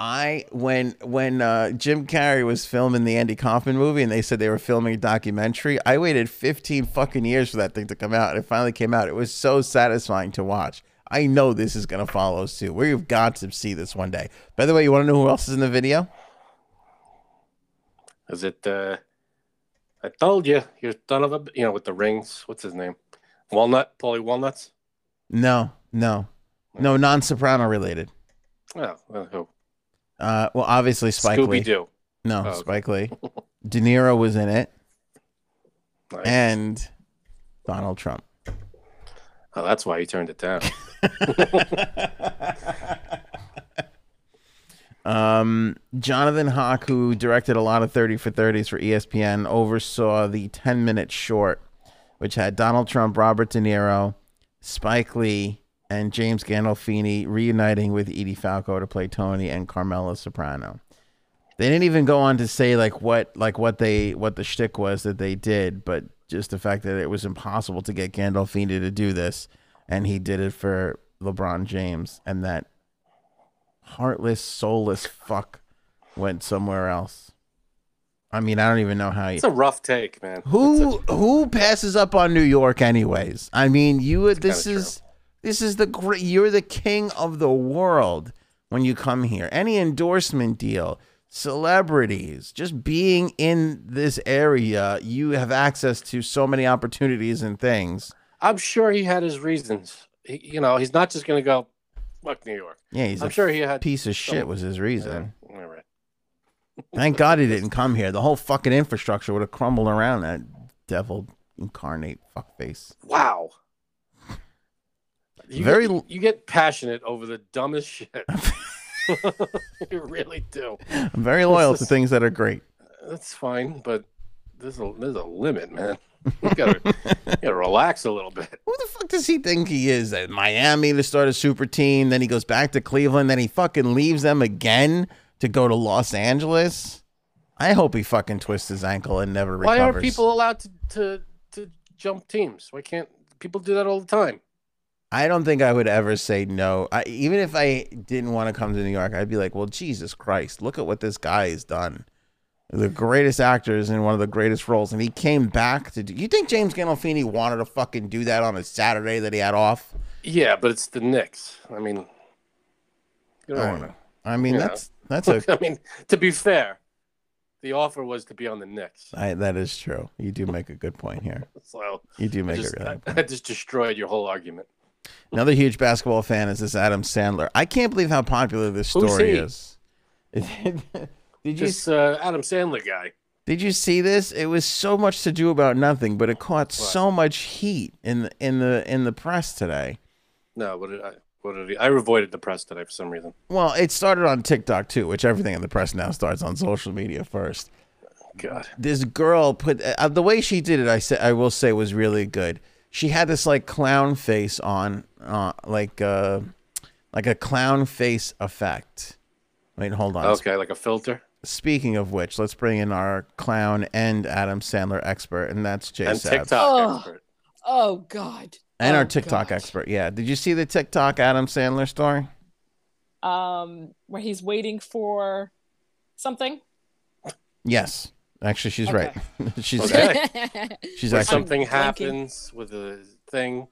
A: I when when uh, Jim Carrey was filming the Andy Kaufman movie, and they said they were filming a documentary. I waited 15 fucking years for that thing to come out, and it finally came out. It was so satisfying to watch. I know this is going to follow suit. We've got to see this one day. By the way, you want to know who else is in the video?
B: Is it? Uh, I told you, you're son of a. You know, with the rings. What's his name? Walnut, Paulie Walnuts.
A: No, no, no, non-soprano related.
B: Oh, well, who?
A: Uh, well, obviously Spike Lee.
B: Scooby Doo.
A: No,
B: Oh, okay.
A: Spike Lee. De Niro was in it,
B: Nice.
A: and Donald Trump.
B: Oh, that's why he turned it down.
A: Um, Jonathan Hawk, who directed a lot of 30 for 30s for E ESPN, oversaw the 10 minute short, which had Donald Trump, Robert De Niro, Spike Lee, and James Gandolfini reuniting with Edie Falco to play Tony and Carmela Soprano. They didn't even go on to say like what like what they what the shtick was that they did, but just the fact that it was impossible to get Gandolfini to do this, and he did it for LeBron James, and that heartless, soulless fuck went somewhere else. I mean, I don't even know how you.
B: It's a rough take, man.
A: Who who passes up on New York anyways? I mean, you this
B: kinda
A: is this is the great you're the king of the world when you come here. Any endorsement deal, celebrities, just being in this area, you have access to so many opportunities and things.
B: I'm sure he had his reasons. He, you know, he's not just going to go, fuck New York.
A: Yeah, he's
B: I'm
A: a
B: sure he had.
A: piece of shit was his reason.
B: All right.
A: Thank God he didn't come here. The whole fucking infrastructure would have crumbled around that devil incarnate fuckface.
B: Wow. You
A: Very
B: get-
A: l-
B: you get passionate over the dumbest shit. you really do.
A: I'm very loyal
B: This
A: to
B: is-
A: things that are great.
B: That's fine, but there's a there's a limit, man. You gotta, you gotta relax a little bit.
A: Who the fuck does he think he is? At Miami to start a super team, then he goes back to Cleveland, then he fucking leaves them again to go to Los Angeles. I hope he fucking twists his ankle and never recovers.
B: Why aren't people allowed to, to to jump teams? Why can't people do that all the time?
A: I don't think I would ever say no. I, even if I didn't want to come to New York, I'd be like, well, Jesus Christ, look at what this guy has done. The greatest actors in one of the greatest roles, and he came back to do. You think James Gandolfini wanted to fucking do that on a Saturday that he had off?
B: Yeah, but it's the Knicks. I mean, you don't
A: I,
B: want to.
A: I mean,
B: Yeah.
A: that's that's a
B: I mean, to be fair, the offer was to be on the Knicks.
A: I, that is true. You do make a good point here.
B: So
A: You do make
B: just,
A: a really good
B: I, I just destroyed your whole argument.
A: Another huge basketball fan is this Adam Sandler. I can't believe how popular this
B: Who's
A: story
B: he?
A: is. did you
B: Just uh, Adam Sandler guy.
A: did you see this? It was so much to do about nothing, but it caught so much heat in the in the in the press today.
B: No, what did I? What did he, I avoided the press today for some reason.
A: Well, it started on TikTok too, which everything in the press now starts on social media first.
B: God.
A: This girl put uh, the way she did it. I said I will say was really good. She had this like clown face on, uh, like uh, like a clown face effect. Wait, hold on.
B: Okay, like a filter.
A: Speaking of which, let's bring in our clown and Adam Sandler expert, and that's Jay
B: And
A: Sabs.
B: TikTok
D: Oh.
B: expert.
D: Oh God.
A: and
D: Oh,
A: our TikTok
D: God.
A: expert. Yeah, did you see the TikTok Adam Sandler story?
D: Um, where he's waiting for something.
A: Yes, actually, she's
D: Okay.
A: right. she's
B: Okay.
A: she's
B: Where
A: actually
B: something
D: I'm blanking.
B: happens with a thing.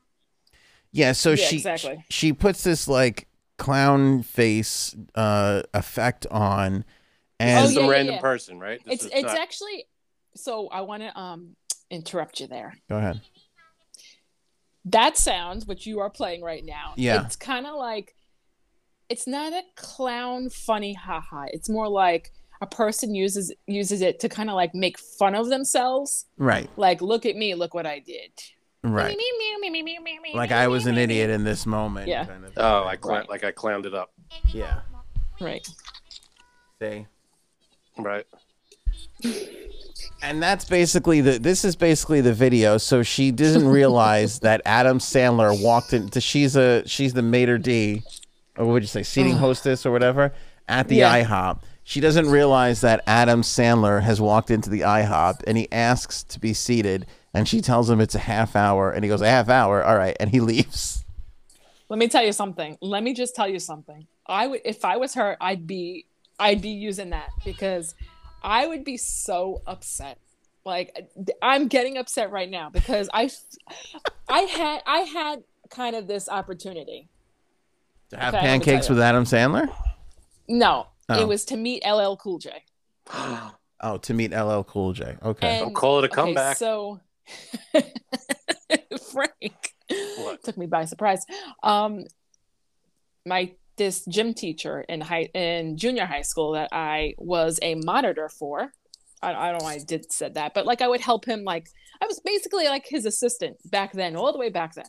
A: Yeah, so
D: Yeah,
A: she
D: exactly.
A: she puts this like clown face uh effect on
B: This
A: and
B: is
D: Oh,
B: some
D: yeah, yeah,
B: random
D: yeah.
B: person, right? This
D: it's
B: is
D: it's
B: not-
D: actually. So I want to um interrupt you there.
A: go ahead.
D: That sound which you are playing right now.
A: Yeah.
D: It's kind of like. It's not a clown funny haha. It's more like a person uses uses it to kind of like make fun of themselves.
A: Right,
D: Like, look at me, look what I did.
A: right. Like I was an idiot in this moment.
D: Yeah.
A: Kind of thing.
B: oh, I clown
D: Right.
B: like I clowned it up,
A: yeah.
D: Right.
A: See?
B: right?
A: And that's basically the this is basically the video. So she didn't realize that Adam Sandler walked into she's a she's the Mater D or what would you say, seating hostess or whatever at the
D: Oh. Yeah.
A: IHOP. She doesn't realize that Adam Sandler has walked into the IHOP and he asks to be seated and she tells him it's a half hour and he goes, A half hour, all right, and he leaves.
D: Let me tell you something. Let me just tell you something. I would if I was her, I'd be I'd be using that because I would be so upset. Like I'm getting upset right now because I I had I had kind of this opportunity.
A: To have
D: Okay, let me tell
A: pancakes
D: you.
A: with Adam Sandler?
D: No,
A: Oh.
D: it was to meet LL Cool J.
A: Oh, to meet LL Cool J. Okay.
D: And-
B: Don't call it a comeback.
D: so Frank
B: What?
D: took me by surprise. Um, my this gym teacher in high in junior high school that I was a monitor for. I, I don't know why I did said that, but like I would help him. Like I was basically like his assistant back then, all the way back then.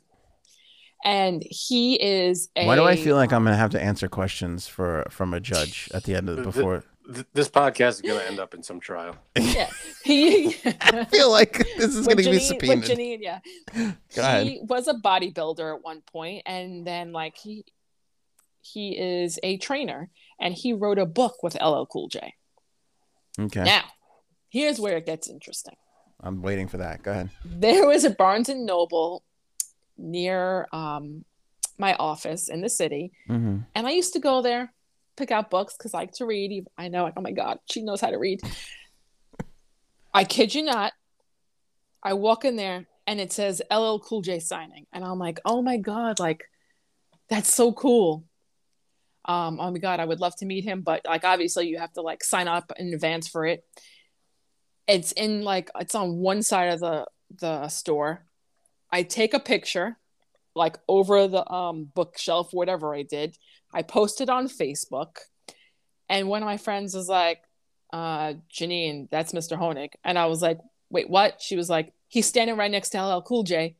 D: And he is. A,
A: Why do I feel like I'm gonna have to answer questions for from a judge at the end of
B: The-
A: before
B: Th- this podcast is going to end up in some trial.
D: Yeah, he.
A: feel like this is going
D: With
A: to be
D: Janine, with
A: subpoenaed.
D: Janine, yeah.
A: Go ahead.
D: He was a bodybuilder at one point, and then like he he is a trainer, and he wrote a book with LL Cool J.
A: Okay,
D: Now, here's where it gets interesting.
A: I'm waiting for that. Go ahead.
D: There was a Barnes and Noble near um, my office in the city,
A: Mm-hmm.
D: and I used to go there, pick out books because I like to read. I know, like, oh my God, she knows how to read. I kid you not. I walk in there and it says LL Cool J signing. And I'm like, oh my God, like, that's so cool. Um, oh my God, I would love to meet him. But like, obviously, you have to like sign up in advance for it. It's in like, it's on one side of the, the store. I take a picture like over the um, bookshelf, whatever I did. I posted on Facebook, and one of my friends was like, uh, Janine, that's Mr. Honig. And I was like, wait, what? She was like, he's standing right next to LL Cool J.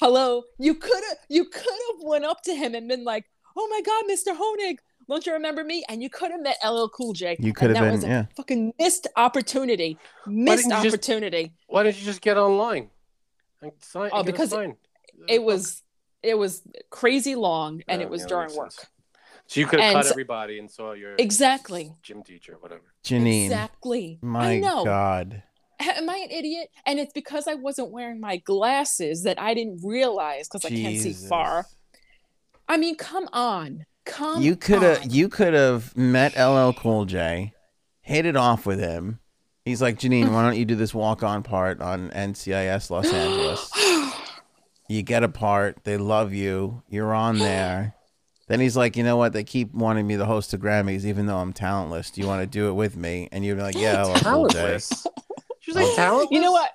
D: Hello, you could have you could have went up to him and been like, oh my God, Mr. Honig, don't you remember me? And you could have met LL Cool J.
A: You could
D: And
A: have
D: that
A: been-
D: was a
A: yeah.
D: fucking missed opportunity, missed
B: didn't you just-
D: opportunity.
B: Why didn't you just get online? And sign,
D: Oh,
B: get a
D: because it-
B: sign?
D: It was it was crazy long, and
B: Yeah,
D: it was
B: yeah, that
D: during
B: makes
D: work.
B: sense. So you could have
D: and
B: cut
D: so-
B: everybody and saw your
D: Exactly.
B: gym teacher, whatever.
A: Janine,
D: Exactly.
A: my
D: I know.
A: God,
D: Am I an idiot? And it's because I wasn't wearing my glasses that I didn't realize because I can't see
A: Jesus.
D: far. I mean, come on. Come
A: You could have
D: on.
A: you could have met LL Cool J, hit it off with him. He's like Janine, why don't you do this walk on part on NCIS Los Angeles? You get a part, they love you, you're on there. Then he's like, you know what? They keep wanting me to host the Grammys, even though I'm talentless. Do you want to do it with me? And you're like, yeah, LL Cool J.
B: Talentless. She's like talentless.
D: you know what?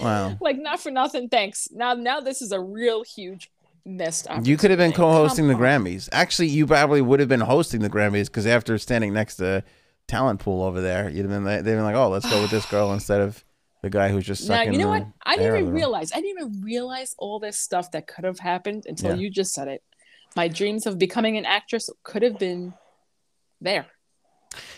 A: Wow.
D: Like, not for nothing. Thanks. Now, now this is a real huge missed opportunity.
A: You could have been
D: Come
A: co-hosting the
D: on.
A: Grammys. Actually, you probably would have been hosting the Grammys because after standing next to talent pool over there, you'd have been like, they've been like, "Oh, let's go with this girl instead of the guy who's just
D: Now,
A: sucking."
D: you know
A: the
D: what? I
A: air out
D: didn't
A: of
D: even
A: the room."
D: realize. I didn't even realize all this stuff that could have happened until
A: Yeah.
D: you just said it. My dreams of becoming an actress could have been there.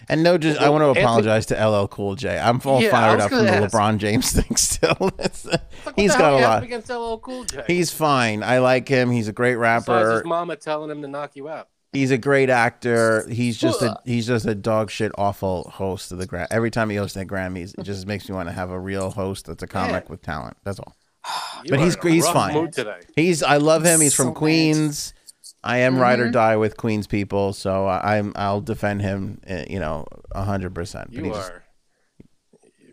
A: And no, just I want to
B: Anthony-
A: apologize to LL Cool J. I'm all
B: Yeah, I
A: fired
B: was
A: up from the
B: gonna ask.
A: LeBron James thing. Still, It's-
B: Fuck, what
A: he's
B: the
A: got
B: hell
A: a
B: he has
A: lot.
B: against LL Cool J.
A: He's fine. I like him. He's a great
B: Besides
A: rapper.
B: his mama telling him to knock you out.
A: He's a great actor. He's just
B: uh,
A: a he's just a dog shit awful host of the Gram. Every time he hosts the Grammys, it just makes me want to have a real host that's a comic with talent. That's all.
B: You
A: But
B: are
A: he's-
B: in a
A: he's
B: rough
A: fine.
B: Mood today.
A: He's I love him. He's
D: So
A: from
D: bad. Mm-hmm.
A: Queens. I am ride or die with Queens people, so I, I'm I'll defend him. uh, You know, hundred percent.
B: You are.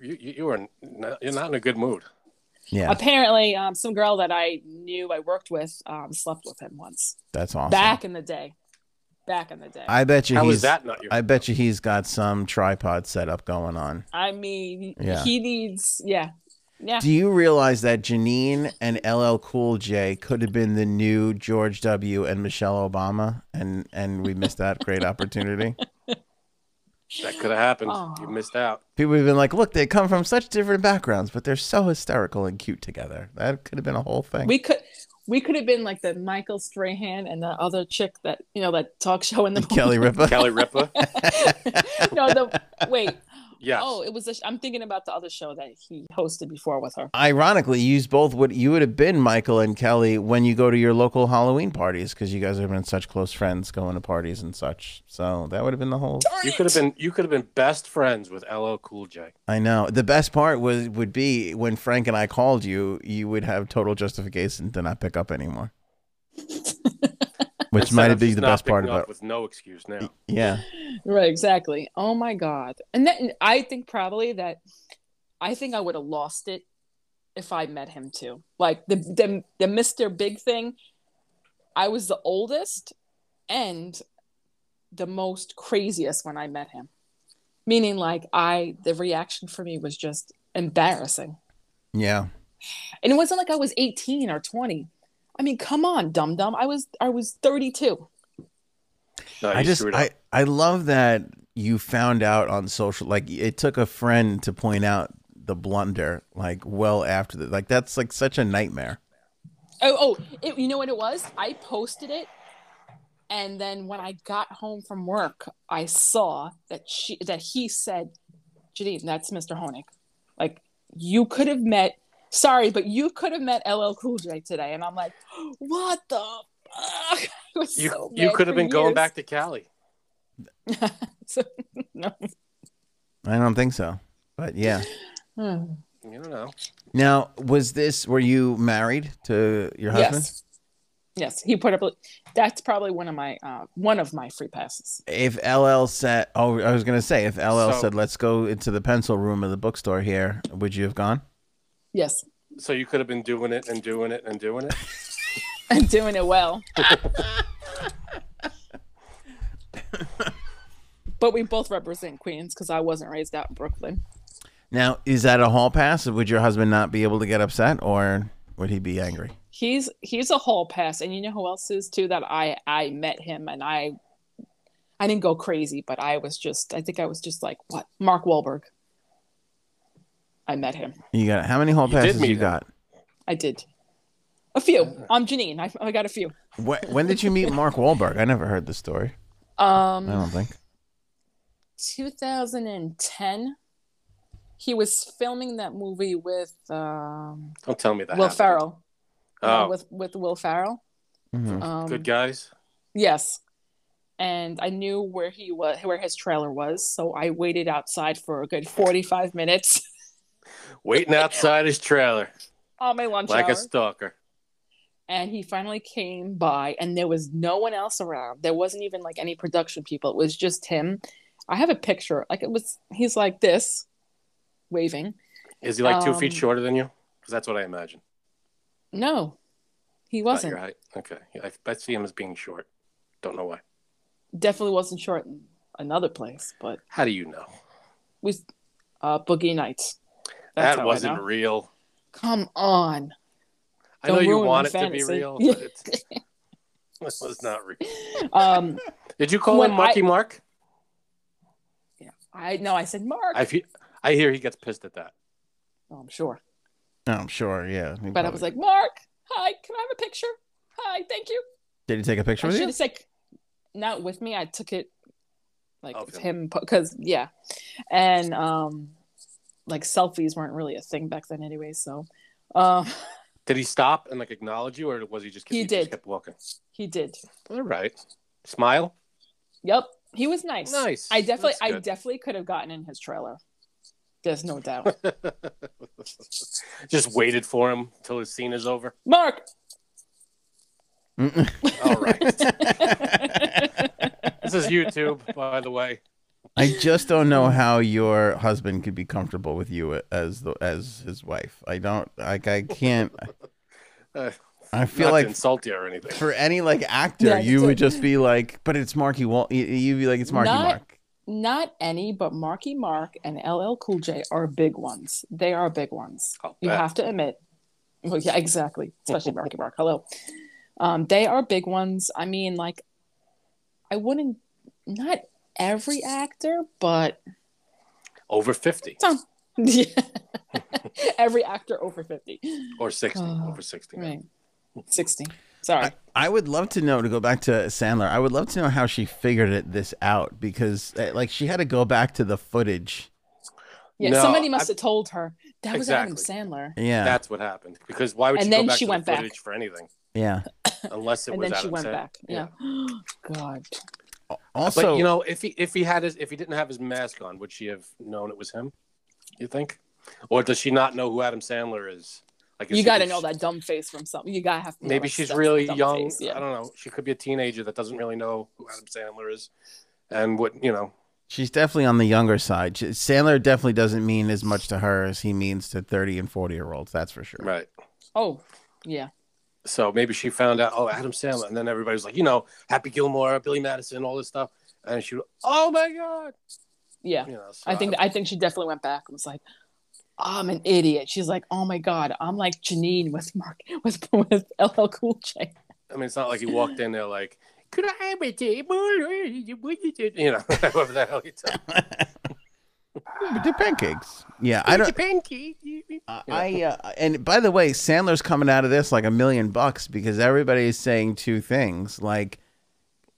B: You, you you are not, you're not in a good mood.
A: yeah,
D: Apparently, um, some girl that I knew I worked with um, slept with him once
A: that's awesome.
D: back in the day. Back in the day. I,
A: I bet you
B: How
A: he's.
B: is that not your?
A: I bet you he's got some tripod setup going on.
D: mean,
A: Yeah.
D: he needs, yeah. Yeah.
A: Do you realize that Janine and LL Cool J could have been the new George W. and Michelle Obama, and and we missed that great opportunity.
B: that could have happened.
D: Aw.
B: You missed out.
A: People have been like, "Look, they come from such different backgrounds, but they're so hysterical and cute together." That could have been a whole thing.
D: we could we could have been like the Michael Strahan and the other chick that you know that talk show in the
A: Kelly Ripa.
B: Kelly Ripa.
D: no the wait
B: Yes.
D: oh it was a, I'm thinking about the other show that he hosted before with her
A: Ironically, you use both what you would have been Michael and Kelly when you go to your local Halloween parties because you guys have been such close friends going to parties and such. So that would have been the whole
B: you could have been you could have been best friends with LL Cool J.
A: I know. The best part was would be when Frank and I called you, you would have total justification to not pick up anymore. Which
B: Instead
A: might
B: of
A: have been
B: just
A: the
B: not
A: best part
B: picking up
A: about it.
B: With no excuse now.
A: Yeah.
D: right exactly oh my god and then I think probably that I think I would have lost it if I met him too like the the the Mr. Big thing I was the oldest and the most craziest when I met him. Meaning like I the reaction for me was just embarrassing.
A: Yeah.
D: And it wasn't like I was 18 or 20. I mean, come on, dum dum. I was I was 32.
B: No,
A: I
B: you
A: just
B: screwed up.
A: I, I love that you found out on social like it took a friend to point out the blunder like well after the like that's like such a nightmare.
D: Oh, oh, it, you know what it was? I posted it and then when I got home from work, I saw that she that he said, "Janine, that's Mr. Honig." Like you could have met sorry, but you could have met LL Cool J today and I'm like, "What the fuck?" I was
B: you
D: so
B: you
D: mad
B: could have
D: for
B: been going
D: years.
B: back to Cali.
D: So- no.
A: I don't think so. But yeah.
D: Hmm.
B: You don't know.
A: Now, was this were you married to your husband?
D: Yes. Yes, he put up. a- That's probably one of my uh, one of my free passes.
A: if LL said, "Oh, I was gonna say, if LL
B: So-
A: said, let's go into the pencil room of the bookstore here," would you have gone?
D: Yes,
B: So you could have been doing it and doing it and doing it.
D: and doing it well. but we both represent Queens because I wasn't raised out in Brooklyn.
A: Now, is that a hall pass? Would your husband not be able to get upset, or would he be angry?
D: He's he's a hall pass, and you know who else is too? That I I met him and I I didn't go crazy, but I was just I think I was just like what Mark Wahlberg. I met him.
A: You got how many hall
B: You did
A: passes
B: meet
A: you
B: him.
A: got?
D: I did. A few.
A: Uh,
D: I'm Janine. I, I got a few.
A: Wh- when did you meet Mark Wahlberg? I never heard this story.
D: Um,
A: I don't think.
D: 2010. He was filming that movie with um,
B: Don't tell me that.
D: Will
B: happened.
D: Ferrell.
B: Oh, Mm-hmm.
D: Uh, with with Will Ferrell.
A: Mhm.
D: Um,
B: good guys.
D: Yes. And I knew where he was, where his trailer was, so I waited outside for a good 45 minutes
B: Waiting outside his trailer
D: on my lunch
B: like
D: hour.
B: a stalker.
D: and he finally came by and there was no one else around there wasn't even like any production people it was just him i have a picture like it was he's like this waving
B: Is he like two
D: Um,
B: feet shorter than you? Because that's what I imagine.
D: no he
B: About
D: wasn't
B: your height. Okay. Yeah, I, I see him as being short. Don't know why.
D: definitely wasn't short in another place but
B: How do you know?
D: was uh boogie nights That's
B: that
D: how I
B: wasn't
D: know.
B: real.
D: come on
B: I
D: Don't
B: know you
D: ruin
B: want it
D: the
B: to
D: fantasy.
B: be real, but it's, this was not real.
D: um
B: Did you call
D: When
B: him Marky
D: I-
B: Mark?
D: i no i said mark
B: I, fe- I hear he gets pissed at that.
D: oh, i'm sure
A: Oh, I'm sure. Yeah.
D: but i was like mark hi can i have a picture hi thank you
A: Did he take a picture
D: I
A: with
D: should
A: you?
D: have said not with me. I took it like
B: Oh,
D: with
B: okay.
D: him because yeah, and um, like selfies weren't really a thing back then anyway. So, um,
B: Did he stop and like acknowledge you, or was he just
D: He
B: just
D: did.
B: kept walking?
D: he did.
B: All right, smile.
D: Yep, he was nice.
B: Nice.
D: I definitely,
B: That's
D: I
B: good.
D: definitely could have gotten in his trailer. There's no doubt.
B: just waited for him until his scene is over.
D: Mark.
A: Mm-mm.
B: All right. this is YouTube, by the way.
A: I just don't know how your husband could be comfortable with you as the as his wife. I don't like. I can't.
B: Uh,
A: I feel
B: Not
A: like
B: to insult you or anything.
A: for any like actor,
D: Yeah,
A: you
D: that's
A: would
D: it.
A: just be like, "But it's Marky Wal." you- You'd be like, "It's Marky
D: Not-
A: Mark."
D: Not any, but Marky Mark and LL Cool J are big ones. They are big ones.
B: I'll
D: You
B: bet.
D: have to admit. Well, yeah, exactly. Especially Marky Mark. Hello. Um, they are big ones. I mean, like, I wouldn't, not every actor, but
B: Over 50
D: every actor over 50.
B: or 60.
D: Oh,
B: over 60.
D: Right. 60. Sorry.
A: I, I would love to know to go back to Sandler. I would love to know how she figured it this out because uh, like she had to go back to the footage.
D: yeah,
B: No,
D: somebody
B: I-
D: must have told her that was
B: Exactly.
D: Adam Sandler.
A: Yeah,
B: That's what happened. Because why would
D: And
B: you
D: then
B: go back
D: she
B: to
D: went
B: the
D: back.
B: footage for anything?
A: yeah.
B: Unless it
D: And
B: was
D: then she
B: Adam
D: went
B: Sandler.
D: back. Yeah. God.
A: Also,
B: But you know, if he if he had his if he didn't have his mask on, would she have known it was him? You think? Or does she not know who Adam Sandler is? Like is
D: you
B: she-
D: got to
B: is-
D: know that dumb face from something. You got to have to know
B: Maybe
D: that
B: she's
D: stuff-
B: really
D: dumb
B: young.
D: face, yeah.
B: I don't know. She could be a teenager that doesn't really know who Adam Sandler is, and what you know.
A: she's definitely on the younger side. She, Sandler definitely doesn't mean as much to her as he means to thirty and forty year olds. That's for sure.
B: Right.
D: Oh, yeah.
B: So maybe she found out. Oh, Adam Sandler, and then everybody's like, you know, Happy Gilmore, Billy Madison, all this stuff, and she, oh my god.
D: Yeah.
B: You know, so
D: I think I think she definitely went back and was like, I'm an idiot. She's like, oh my God, I'm like Janine with Mark with with LL Cool J.
B: I mean, it's not like he walked in there like, could I have a table? You know, whatever the hell he told.
A: But they're pancakes. Yeah, I don't.
B: pancake.
A: I I, uh, and by the way, Sandler's coming out of this like a million bucks because everybody's saying two things. Like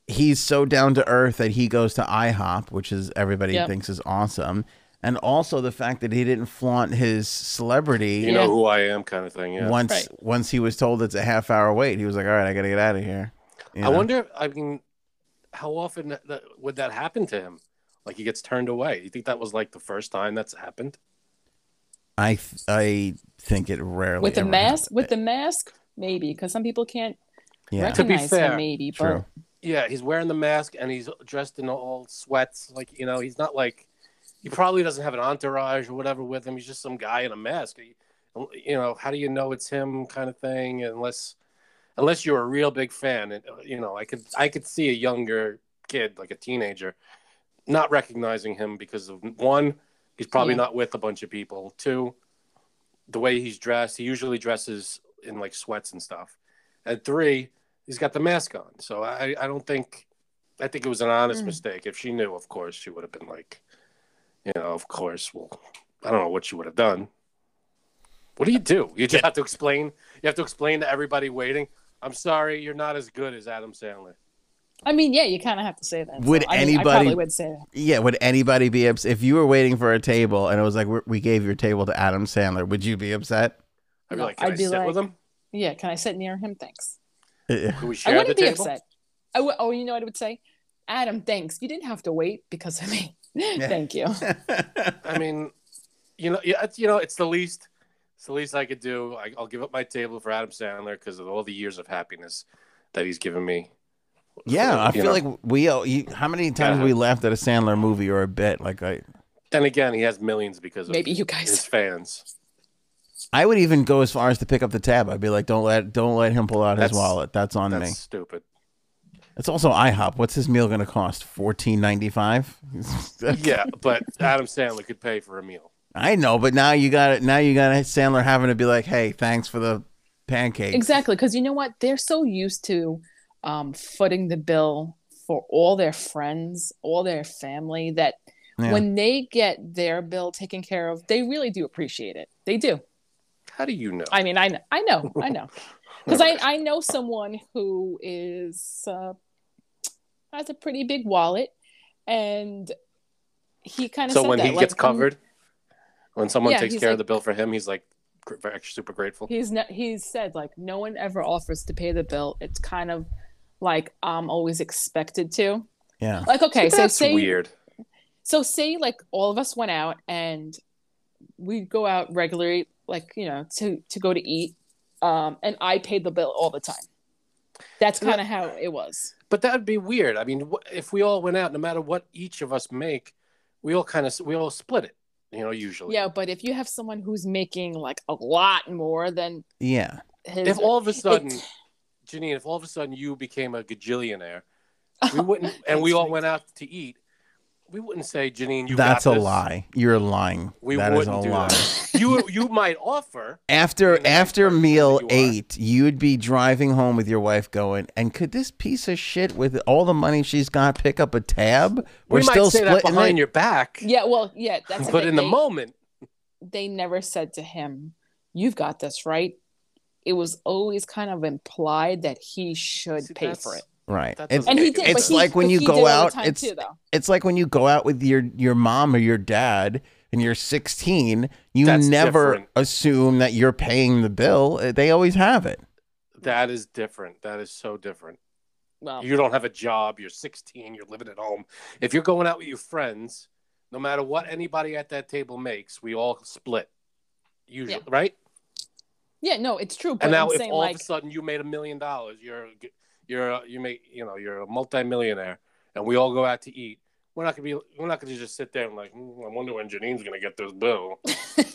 A: he's so down to earth that he goes to IHOP, which is everybody
D: Yep.
A: thinks is awesome, and also the fact that he didn't flaunt his
B: You
A: celebrity
D: Yeah.
B: know who I am, kind of thing. Yeah.
A: once
D: Right.
A: once he was told it's a half hour wait. He was like, "All right, I gotta get out of here." You
B: I
A: know?
B: wonder. I mean, how often that, that, would that happen to him? Like he gets turned away. You think that was like the first time that's happened?
A: I th- I think it rarely
D: With the
A: ever
D: mask with the mask, maybe, because some people can't
A: Yeah,
B: To be
D: recognize
B: fair,
D: him, maybe, but
A: true.
B: Yeah, he's wearing the mask and he's dressed in all sweats. Like you know, he's not like he probably doesn't have an entourage or whatever with him. He's just some guy in a mask. He- you know, how do you know it's him? Kind of thing. Unless unless you're a real big fan, and uh, you know, I could I could see a younger kid, like a teenager, not recognizing him because of one, he's probably
D: Yeah.
B: not with a bunch of people. Two, the way he's dressed, he usually dresses in like sweats and stuff. And three, he's got the mask on. So I, I don't think, I think it was an honest
D: Mm.
B: mistake. If she knew, of course, she would have been like, you know, of course. Well, I don't know what she would have done. What do you do? You just have to explain. You have to explain to everybody waiting. I'm sorry, you're not as good as Adam Sandler.
D: I mean, yeah, you kind of have to say that.
A: Would
D: I mean,
A: anybody-
D: I probably would say that.
A: Yeah, would anybody be upset if you were waiting for a table and it was like we we gave your table to Adam Sandler? Would you be upset?
B: I'd be
D: No,
B: like, can i
D: I'd be
B: sit with
D: like-
B: him?
D: Yeah, can I sit near him? Thanks.
A: Yeah.
B: Can we
D: I
B: share the
D: wouldn't be
B: table?
D: upset. I w- oh, you know what I would say? Adam, thanks. You didn't have to wait because of me. Thank you.
B: I mean, you know, yeah, it's, you know, it's the least, it's the least I could do. I, I'll give up my table for Adam Sandler because of all the years of happiness that he's given me.
A: yeah, I
B: You
A: feel
B: know?
A: like we. owe You, how many times we laughed at a Sandler movie or a bit? Like I,
B: Then again, he has millions because of
D: Maybe you
B: his
D: guys.
B: fans.
A: I would even go as far as to pick up the tab. I'd be like, don't let don't let him pull out his
B: That's-
A: wallet. That's on
B: That's
A: me.
B: stupid.
A: It's also IHOP. What's his meal going to cost? Fourteen ninety five.
B: Yeah, but Adam Sandler could pay for a meal.
A: I know, but now you got it. Now you got Sandler having to be like, hey, thanks for the pancakes.
D: Exactly. Because you know what? They're so used to um, footing the bill for all their friends, all their family, that
A: Yeah.
D: when they get their bill taken care of, they really do appreciate it. They do.
B: How do you know?
D: I mean, I, kn- I know. I know. because I, I know someone who is uh, has a pretty big wallet, and he kind of
B: so
D: said
B: when
D: that,
B: he
D: like, um,
B: gets
D: I'm-
B: covered, when someone
D: Yeah,
B: takes
D: he's
B: care
D: like-
B: of the bill for him, he's like gr- very extra super grateful.
D: he's ne- he's said like no one ever offers to pay the bill. It's kind of like I'm always expected to.
A: Yeah.
D: Like okay, so
B: That's
D: say
B: weird.
D: so say like all of us went out and we go out regularly, like you know to to go to eat, um, and I paid the bill all the time. That's kind of how it was.
B: But that would be weird. I mean, wh- if we all went out, no matter what each of us make, we all kind of we all split it. You know, usually.
D: Yeah, but if you have someone who's making like a lot more than
A: Yeah.
D: his,
B: If all of a sudden, Janine, if all of a sudden you became a gajillionaire, we wouldn't, and we all went out to eat. We wouldn't say, Janine, you.
A: That's a
B: got this.
A: lie. You're lying.
B: We
A: That is
B: wouldn't
A: a
B: do
A: lie.
B: that. you you might offer.
A: After
B: Being the
A: after
B: nice person that
A: meal
B: you are.
A: eight, you'd be driving home with your wife, going, "And could this piece of shit with all the money she's got pick up a tab?
B: We
A: We're
B: might
A: still
B: say
A: splitting
B: that
A: it."
B: behind your back.
D: yeah, well, yeah, that's
B: but
D: thing.
B: in the
D: They-
B: moment,
D: they never said to him, "You've got this, right?" It was always kind of implied that he should
B: See,
D: pay
B: that's-
D: for it,
A: right?
B: That
A: It's
B: doesn't
D: and he
B: make
D: did.
B: any
D: but
A: it's
D: he-
A: like when
D: but
A: you
D: he
A: go
D: did all the
A: out,
D: time
A: it's-
D: too, though.
A: it's like when you go out with your your mom or your dad, and you're 16. You
B: That's
A: never
B: different.
A: assume that you're paying the bill. Uh, They always have it.
B: that is different. That is so different.
D: Well,
B: You don't have a job. You're 16. You're living at home. If you're going out with your friends, no matter what anybody at that table makes, we all split. Usually,
D: Yeah.
B: right?
D: yeah, no, it's true. But
B: and now,
D: I'm
B: if
D: saying
B: all
D: like,
B: of a sudden you made a million dollars, you're you're a- you make you know you're a multimillionaire, and we all go out to eat. We're not gonna be we're not gonna just sit there and like "Hmm, I wonder when Janine's gonna get this bill.
D: Yeah,
B: You know,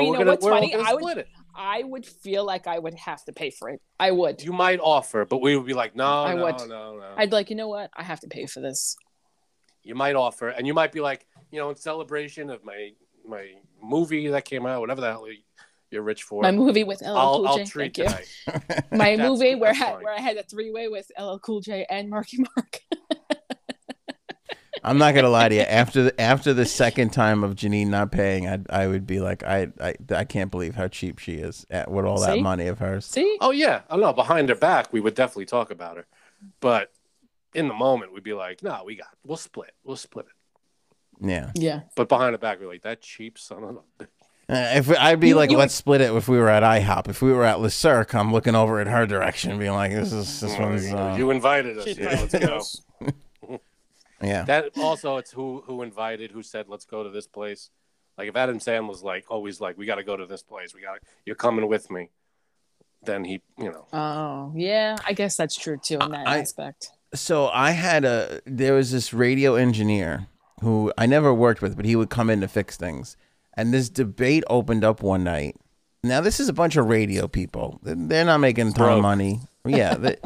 D: but
B: we're gonna,
D: what's
B: we're all
D: funny?
B: gonna
D: I would,
B: split it.
D: I would feel like I would have to pay for it. I would.
B: You might offer, but we would be like, no,
D: I
B: no,
D: would.
B: no, no.
D: I'd like, you know what? I have to pay for this.
B: you might offer, and you might be like, you know, in celebration of my my movie that came out, whatever the hell you- you're rich for.
D: My movie with LL
B: I'll,
D: Cool
B: I'll
D: J.
B: treat
D: Thank you.
B: tonight.
D: My
B: That's-
D: movie where I,
B: that's
D: had-
B: fine.
D: where I had a three way with LL Cool J and Marky Mark.
B: Oh.
A: I'm not gonna lie to you. After the after the second time of Janine not paying, I I would be like, I I, I can't believe how cheap she is at, with all that
D: See?
A: money of hers.
D: See,
B: Oh yeah, I know. Behind her back, we would definitely talk about her, but in the moment, we'd be like, "No, we got. We'll split. We'll split it."
A: Yeah,
D: yeah,
B: But behind her back, we're like, "That cheap son of a."
A: Uh, if we- I'd be
D: You-
A: like,
D: you-
A: let's split it. If we were at IHOP, if we were at Le Cirque, I'm looking over at her direction, being like, this is this one's. Uh,
B: Mm, you invited us.
E: She's
B: Yeah, let's
E: probably-
B: go.
A: yeah,
B: That also, it's who who invited, who said, "Let's go to this place." Like if Adam Sam was like always like, "We got to go to this place. We got. You're coming with me." Then he, you know,
D: oh yeah. I guess that's true too in that
A: I-
D: aspect.
A: so I had a there was this radio engineer who I never worked with, but he would come in to fix things. And this debate opened up one night. Now this is a bunch of radio people. They're- They're not making a ton of
B: Broke.
A: money. Yeah, they,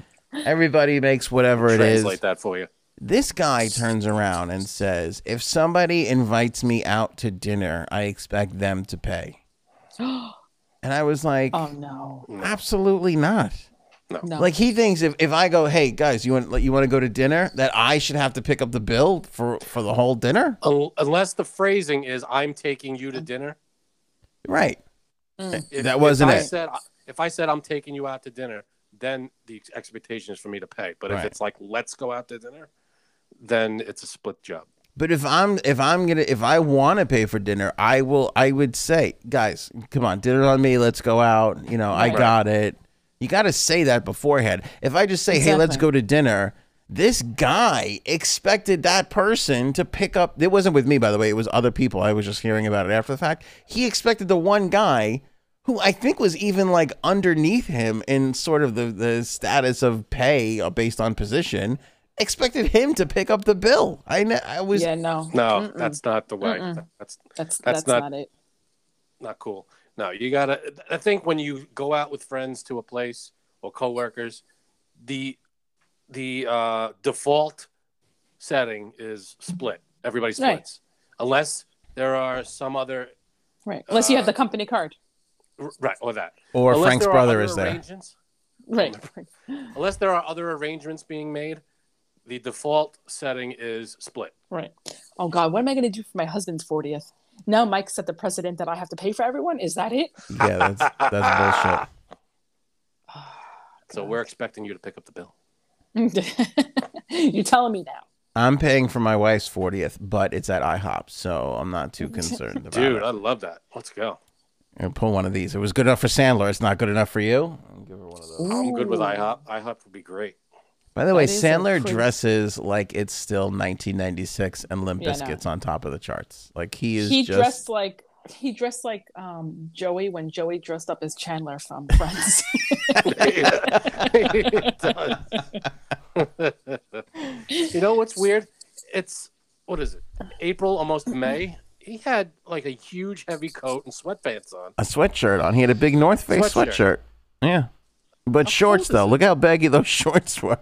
A: everybody makes whatever it is.
B: translate that for you.
A: This guy turns around and says, "If somebody invites me out to dinner, I expect them to pay." And I was like,
D: Oh no,
A: "Absolutely not."
D: no.
A: Like he thinks if, if I go, hey guys, you want like, you want to go to dinner, that I should have to pick up the bill for for the whole dinner,
B: Un- Unless the phrasing is, "I'm taking you to dinner."
A: right? Eh,
D: Mm.
B: If-
A: that wasn't
B: if I
A: it.
B: Said, if I said I'm taking you out to dinner, then the ex- expectation is for me to pay. But if
A: Right.
B: it's like let's go out to dinner, then it's a split job.
A: But if I'm if I'm gonna if I want to pay for dinner, I will. I would say, guys, come on, dinner on me. Let's go out. You know, I
D: Right.
A: got it. You got to say that beforehand. If I just say, hey, let's
D: Exactly.
A: go to dinner, this guy expected that person to pick up. It wasn't with me, by the way. It was other people. I was just hearing about it after the fact. He expected the one guy who I think was even like underneath him in sort of the the status of pay uh, based on position. Expected him to pick up the bill. I kn- I was
D: yeah, no,
B: No,
D: Mm-mm.
B: that's not the way.
D: Mm-mm.
B: That's
D: that's
B: that's
D: that's,
B: not-
D: not, it.
B: not cool. No, you gotta. I think when you go out with friends to a place or coworkers, the the uh, default setting is split. Everybody
D: Right.
B: splits, unless there are some other
D: Right, unless you have
B: Uh,
D: the company card.
B: r- right or that
A: Or
B: Unless
A: Frank's
B: there are
A: brother
B: other
A: is there.
B: arrangements-
D: Right,
B: unless there are other arrangements being made, the default setting is split.
D: right. Oh God, what am I going to do for my husband's fortieth? Now Mike set the precedent that I have to pay for everyone. Is that it?
A: Yeah, that's that's bullshit.
B: So we're expecting you to pick up the bill.
D: You're telling me now.
A: I'm paying for my wife's 40th, but it's at IHOP, so I'm not too concerned about
B: Dude,
A: it.
B: I love that. Let's go.
A: I'll pull one of these. It was good enough for Sandler. It's not good enough for you.
B: I'm good with
D: Ooh.
B: IHOP. IHOP would be great.
A: By the way,
D: That is a
A: Sandler
D: pretty-
A: dresses like it's still 1996 and Limp
D: Yeah, I know.
A: Bizkit's on top of the charts. Like he is
D: He
A: just
D: dressed like he dressed like um, Joey when Joey dressed up as Chandler from Friends.
B: It does. you know what's weird? It's what is it? April, almost May. He had like a huge heavy coat and sweatpants on.
A: a sweatshirt on. He had a big North Face sweatshirt.
B: Sweatshirt.
A: Yeah. But shorts
B: is
A: though. Look how baggy those shorts were.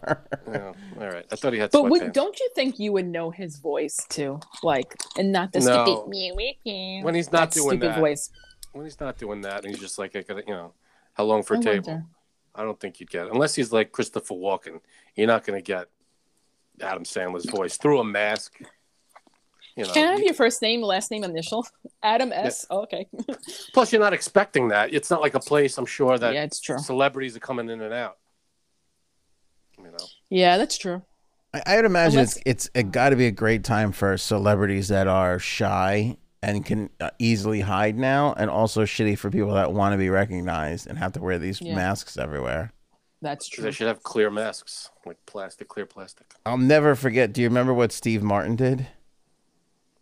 B: Yeah, all right. I thought he had
D: but
B: sweatpants.
D: would, don't you think you would know his voice too? Like, and not the
B: No.
D: stupid me with you.
B: When he's not
D: That
B: doing
D: stupid
B: that.
D: voice.
B: when he's not doing that and he's just like, I gotta, you know, how long for
D: I
B: a table?
D: wonder.
B: I don't think you'd get it. Unless he's like Christopher Walken, you're not going to get Adam Sandler's voice through a mask. You know,
D: Can I have
B: you-
D: your first name, last name, initial? Adam S. Oh, okay.
B: plus you're not expecting that. It's not like a place I'm sure that
D: yeah, it's true.
B: celebrities are coming in and out. You know,
D: Yeah, that's true.
A: I, I would imagine
D: Unless-
A: it's it's it got to be a great time for celebrities that are shy and can uh, easily hide now, and also shitty for people that want to be recognized and have to wear these
D: Yeah.
A: masks everywhere.
D: That's
B: they
D: true.
B: should have clear masks, like plastic, clear plastic.
A: I'll never forget. Do you remember what Steve Martin did?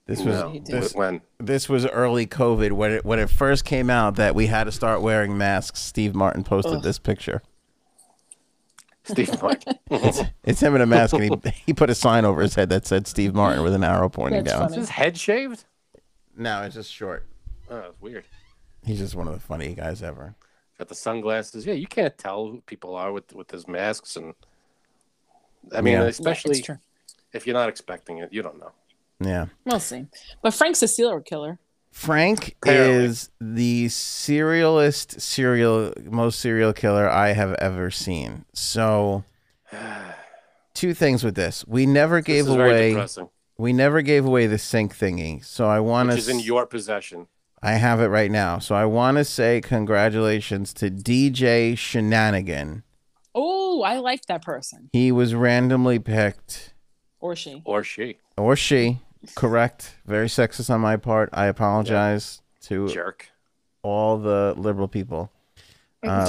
A: This was
B: No.
D: he did.
A: this,
B: When
A: this was early COVID when it when it first came out that we had to start wearing masks. Steve Martin posted
D: Ugh.
A: this picture.
B: Steve Martin.
A: It's him in a mask, and he he put a sign over his head that said Steve Martin with an arrow pointing
D: That's
A: down.
D: funny.
B: Is his head shaved?
A: No, it's just short.
B: Oh, that's weird.
A: He's just one of the funny guys ever.
B: Got the sunglasses. Yeah, you can't tell who people are with with his masks and. I mean,
A: Yeah.
D: Yeah, it's
B: especially
D: true.
B: if you're not expecting it, you don't know.
A: Yeah.
D: We'll see. But Frank's a serial killer.
A: Frank
B: Clearly.
A: is the serialist serial most serial killer I have ever seen. So two things with this. We never gave
B: this is very
A: away
B: depressing.
A: we never gave away the sink thingy. So I want
B: Which
A: to
B: is in your possession.
A: I have it right now. So I want to say congratulations to DJ Shenanigan.
D: Oh, I like that person
A: He was randomly picked
D: or she.
B: Or she.
A: or she, correct? Very sexist on my part. I apologize to
B: Jerk.
A: all the liberal people. Um,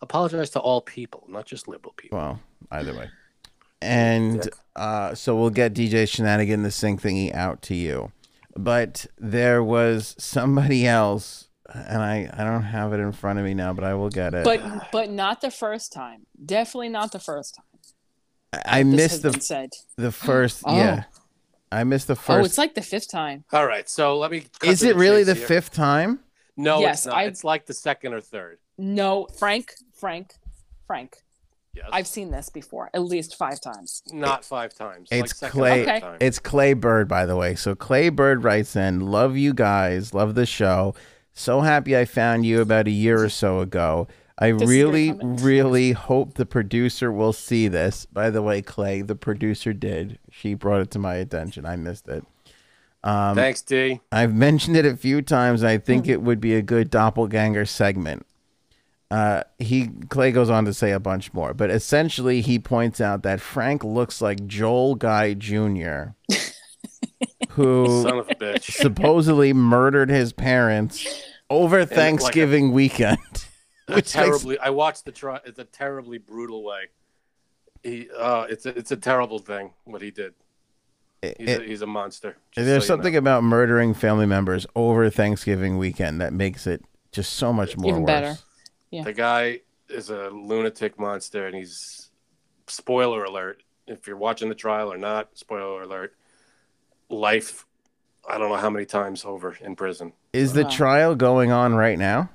B: Apologize to all people, not just liberal people.
A: well, either way. And uh, so we'll get DJ Shenanigan the sync thingy out to you. But there was somebody else, and I, I don't have it in front of me now, but I will get it.
D: but but not the first time. Definitely not the first time.
A: I I
D: This
A: missed
D: has
A: the
D: been said.
A: the first.
D: Oh.
A: Yeah, I missed the
D: Oh,
A: first.
D: it's like the fifth time.
B: All right, so let me. cut
A: Is
B: to
A: it really
B: chase
A: the
B: here.
A: fifth time?
B: No,
D: Yes,
B: it's not.
D: I-
B: It's like the second or third.
D: No, Frank, Frank, Frank.
B: Yes.
D: I've seen this before at least five times.
B: not five times. like
A: It's
B: second or
A: Clay.
B: third
D: Okay.
B: time.
A: It's Clay Bird, by the way. So Clay Bird writes in, "Love you guys. Love the show. So happy I found you about a year or so ago. I
D: is your
A: really,
D: comment.
A: really hope the producer will see this. By the way, Clay, the producer did. She brought it to my attention. I missed it. um,
B: Thanks, D.
A: I've mentioned it a few times. And I think
D: Hmm.
A: it would be a good doppelganger segment. Uh, he Clay goes on to say a bunch more, but essentially he points out that Frank looks like Joel Guy Jr., who
B: Son of a bitch.
A: supposedly murdered his parents over Thanksgiving weekend. Which makes,
B: terribly. I watched the trial. It's a terribly brutal way. He, uh, it's a, it's a terrible thing what he did. He's, a, he's a monster.
A: there's
B: just so you know.
A: something about murdering family members over Thanksgiving weekend that makes it just so much more
D: Even
A: worse.
D: better.
B: The guy is a lunatic monster, and he's spoiler alert. If you're watching the trial or not, spoiler alert. Life, I don't know how many times over in prison.
A: Is the
D: Wow.
A: trial going on right now?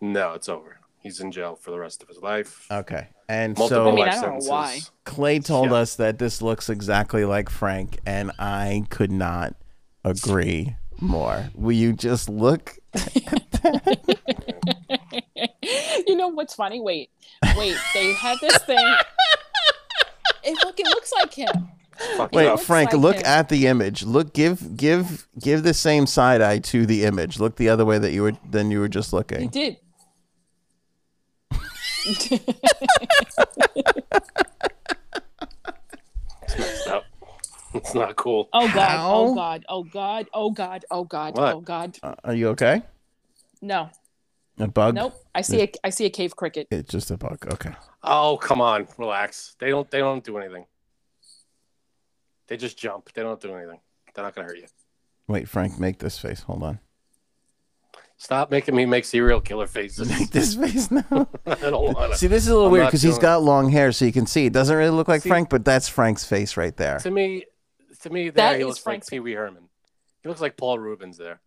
B: No, it's over. He's in jail for the rest of his life.
A: Okay, and
B: Multiple
A: Uh, so
D: I mean,
B: life
D: I don't know
B: sentences.
D: why.
A: Clay told
B: Yeah.
A: us that this looks exactly like Frank, and I could not agree more. Will you just look?
D: you know what's funny? Wait, wait. They had this thing. It fucking looks like him.
B: Fuck
A: Wait,
B: no.
D: looks
A: Frank,
D: like
A: look
D: him.
A: at the image. Look, give, give, give the same side eye to the image. Look the other way that you were than you were just
D: He
A: looking.
D: did.
B: It's messed up. It's not cool.
D: Oh god.
A: How?
D: Oh god. Oh god. Oh god. Oh god.
B: What?
D: Oh god.
A: Uh, are you okay?
D: No.
A: A bug?
D: Nope. I see a I see a cave cricket.
A: It's just a bug. Okay.
B: Oh, come on, relax. They don't. They don't do anything. They just jump. They don't do anything. They're not gonna hurt you.
A: Wait, Frank, make this face. Hold on.
B: Stop making me make serial killer faces.
A: Make this face now.
B: I don't want
A: see,
B: to.
A: this is a little
B: I'm
A: weird
B: not
A: because he's
B: doing it.
A: got long hair, so you can see. It doesn't really look like
B: See-
A: Frank, but that's Frank's face right there.
B: To me, to me, there
D: That
B: he
D: is
B: looks
D: Frank's-
B: like Pee Wee Herman. He looks like Paul Rubens there.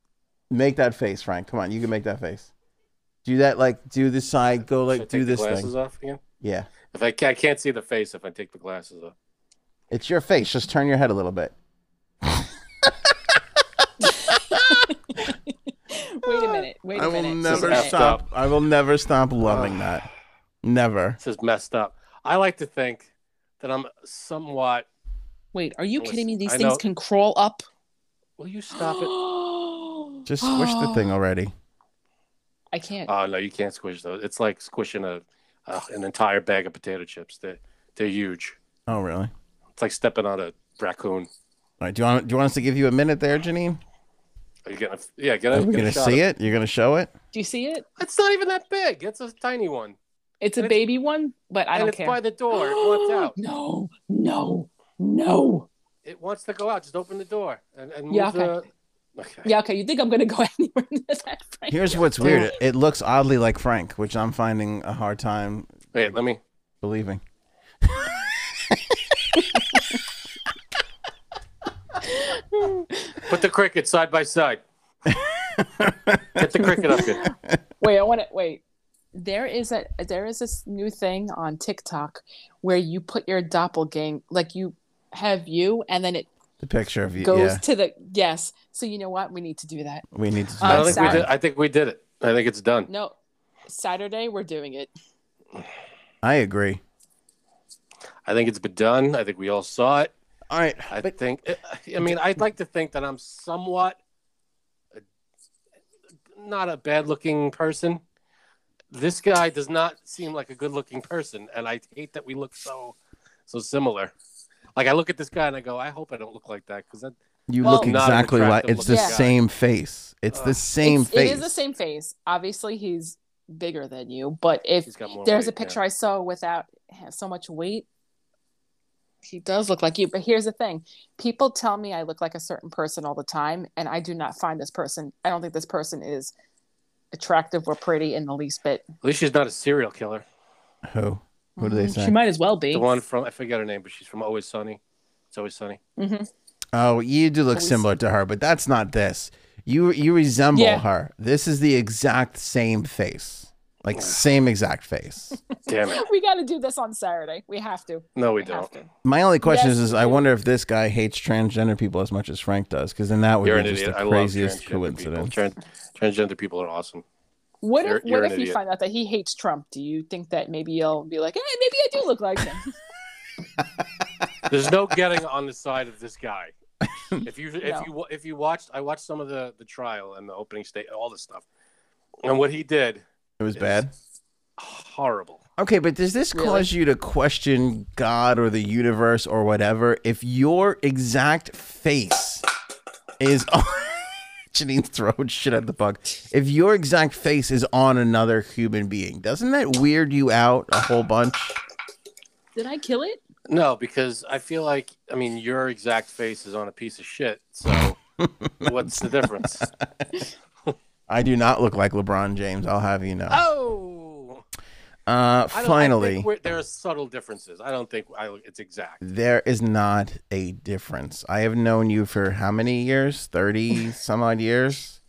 A: Make that face, Frank. Come on, you can make that face. Do that, like, do this side, go,
B: Should I
A: like,
B: take
A: do
B: the
A: this
B: glasses
A: thing.
B: off again?
A: Yeah.
B: If I can't, I can't see the face if I take the glasses off.
A: It's your face. Just turn your head a little bit.
D: Wait a minute. Wait a
A: I will
D: minute.
A: never
D: Wait
B: Messed
D: a minute.
A: stop.
B: up.
A: I will never stop loving that. Never.
B: This is messed up. I like to think that I'm somewhat.
D: Wait, are you kidding me? These
B: I
D: things
B: know.
D: can crawl up.
B: Will you stop it?
A: Just squish the thing already.
D: I can't.
B: Oh no, you can't squish those. It's like squishing a uh, an entire bag of potato chips. They they're huge.
A: Oh, really?
B: It's like stepping on a raccoon.
A: All right. Do you want? Do you want us to give you a minute there, Janine?
B: Are you gonna? Yeah, get
A: Are
B: a,
A: we
B: get
A: gonna
B: a shot
A: see
B: of-
A: it? You're gonna show it?
D: Do you see it?
B: It's not even that big. It's a tiny one,
D: It's a
B: It's-
D: baby one, but I
B: and
D: don't
B: it's
D: care.
B: by the door. It wants out.
D: No, no, no.
B: It wants to go out. Just open the door and, and move
D: Yeah, okay.
B: the. Okay.
D: Yeah, okay. You think I'm gonna go anywhere near that Frank?
A: Here's what's weird. It- It looks oddly like Frank, which I'm finding a hard time
B: Wait, let me.
A: believing.
B: Put the cricket side by side. Get the cricket up here.
D: Wait, I want to wait. There is a there is this new thing on TikTok where you put your doppelganger, like you have you, and then it
A: The picture of you.
D: goes
A: Yeah,
D: to the yes. So you know what? We need to do that.
A: we need to. Do
D: Uh,
B: I
A: that.
B: don't think we
D: sorry.
B: did. I think we did it. I think it's done.
D: No, Saturday we're doing it.
A: I agree.
B: I think it's been done. I think we all saw it.
A: All right,
B: I
A: but
B: think. uh, I mean, I'd like to think that I'm somewhat uh, not a bad-looking person. This guy does not seem like a good-looking person, and I hate that we look so so similar. Like I look at this guy and I go, I hope I don't look like that because
A: you
D: Well-
A: look
D: Not
B: an
A: exactly like
B: attractive
A: it's the
D: looking
B: guy. Uh,
A: same face. It's the
B: Ugh.
A: same
D: It's-
A: face.
D: It is the same face. Obviously, he's bigger than you, but if
B: he's got more.
D: there's a
B: weight, yeah.
D: picture I saw without ha- so much weight. He does look like you, but here's the thing: people tell me I look like a certain person all the time, and I do not find this person. I don't think this person is attractive or pretty in the least bit.
B: At least she's not a serial killer.
A: Who? Who do they say?
D: Mm-hmm. She might as well be.
B: The one from I forget her name, but she's from Always Sunny. It's Always Sunny.
D: Mhm.
A: Oh, you do look
D: Police.
A: similar to her, but that's not this. You you resemble
D: Yeah.
A: her. This is the exact same face. Like same exact face.
B: Damn it!
D: We got to do this on Saturday. We have to.
B: No, we
D: We have
B: don't.
D: to.
A: My only question
D: Yes,
A: is, is I wonder if this guy hates transgender people as much as Frank does, because then that would
B: You're an
A: be just
B: idiot. I
A: the
B: love
A: craziest
B: transgender people.
A: coincidence.
B: Trans- transgender people are awesome.
D: What
B: You're-
D: if
B: you're
D: what
B: an
D: if you
B: idiot.
D: find out that he hates Trump? Do you think that maybe he'll be like, hey, maybe I do look like him?
B: There's no getting on the side of this guy. If you if
D: No.
B: you if you watched, I watched some of the the trial and the opening state, all this stuff, and what he did,
A: it was bad.
B: horrible.
A: Okay, but does this
D: Really?
A: cause you to question God or the universe or whatever if your exact face is on Janine's throwing shit at the bug. If your exact face is on another human being, doesn't that weird you out a whole bunch?
D: Did I kill it?
B: No, because I feel like I mean your exact face is on a piece of shit. So what's the difference?
A: I do not look like LeBron James, I'll have you know.
B: Oh,
A: Uh
B: I don't- I think
A: finally,
B: we're- there are subtle differences. I don't think I, it's exact.
A: there is not a difference. I have known you for how many years? 30 some odd years?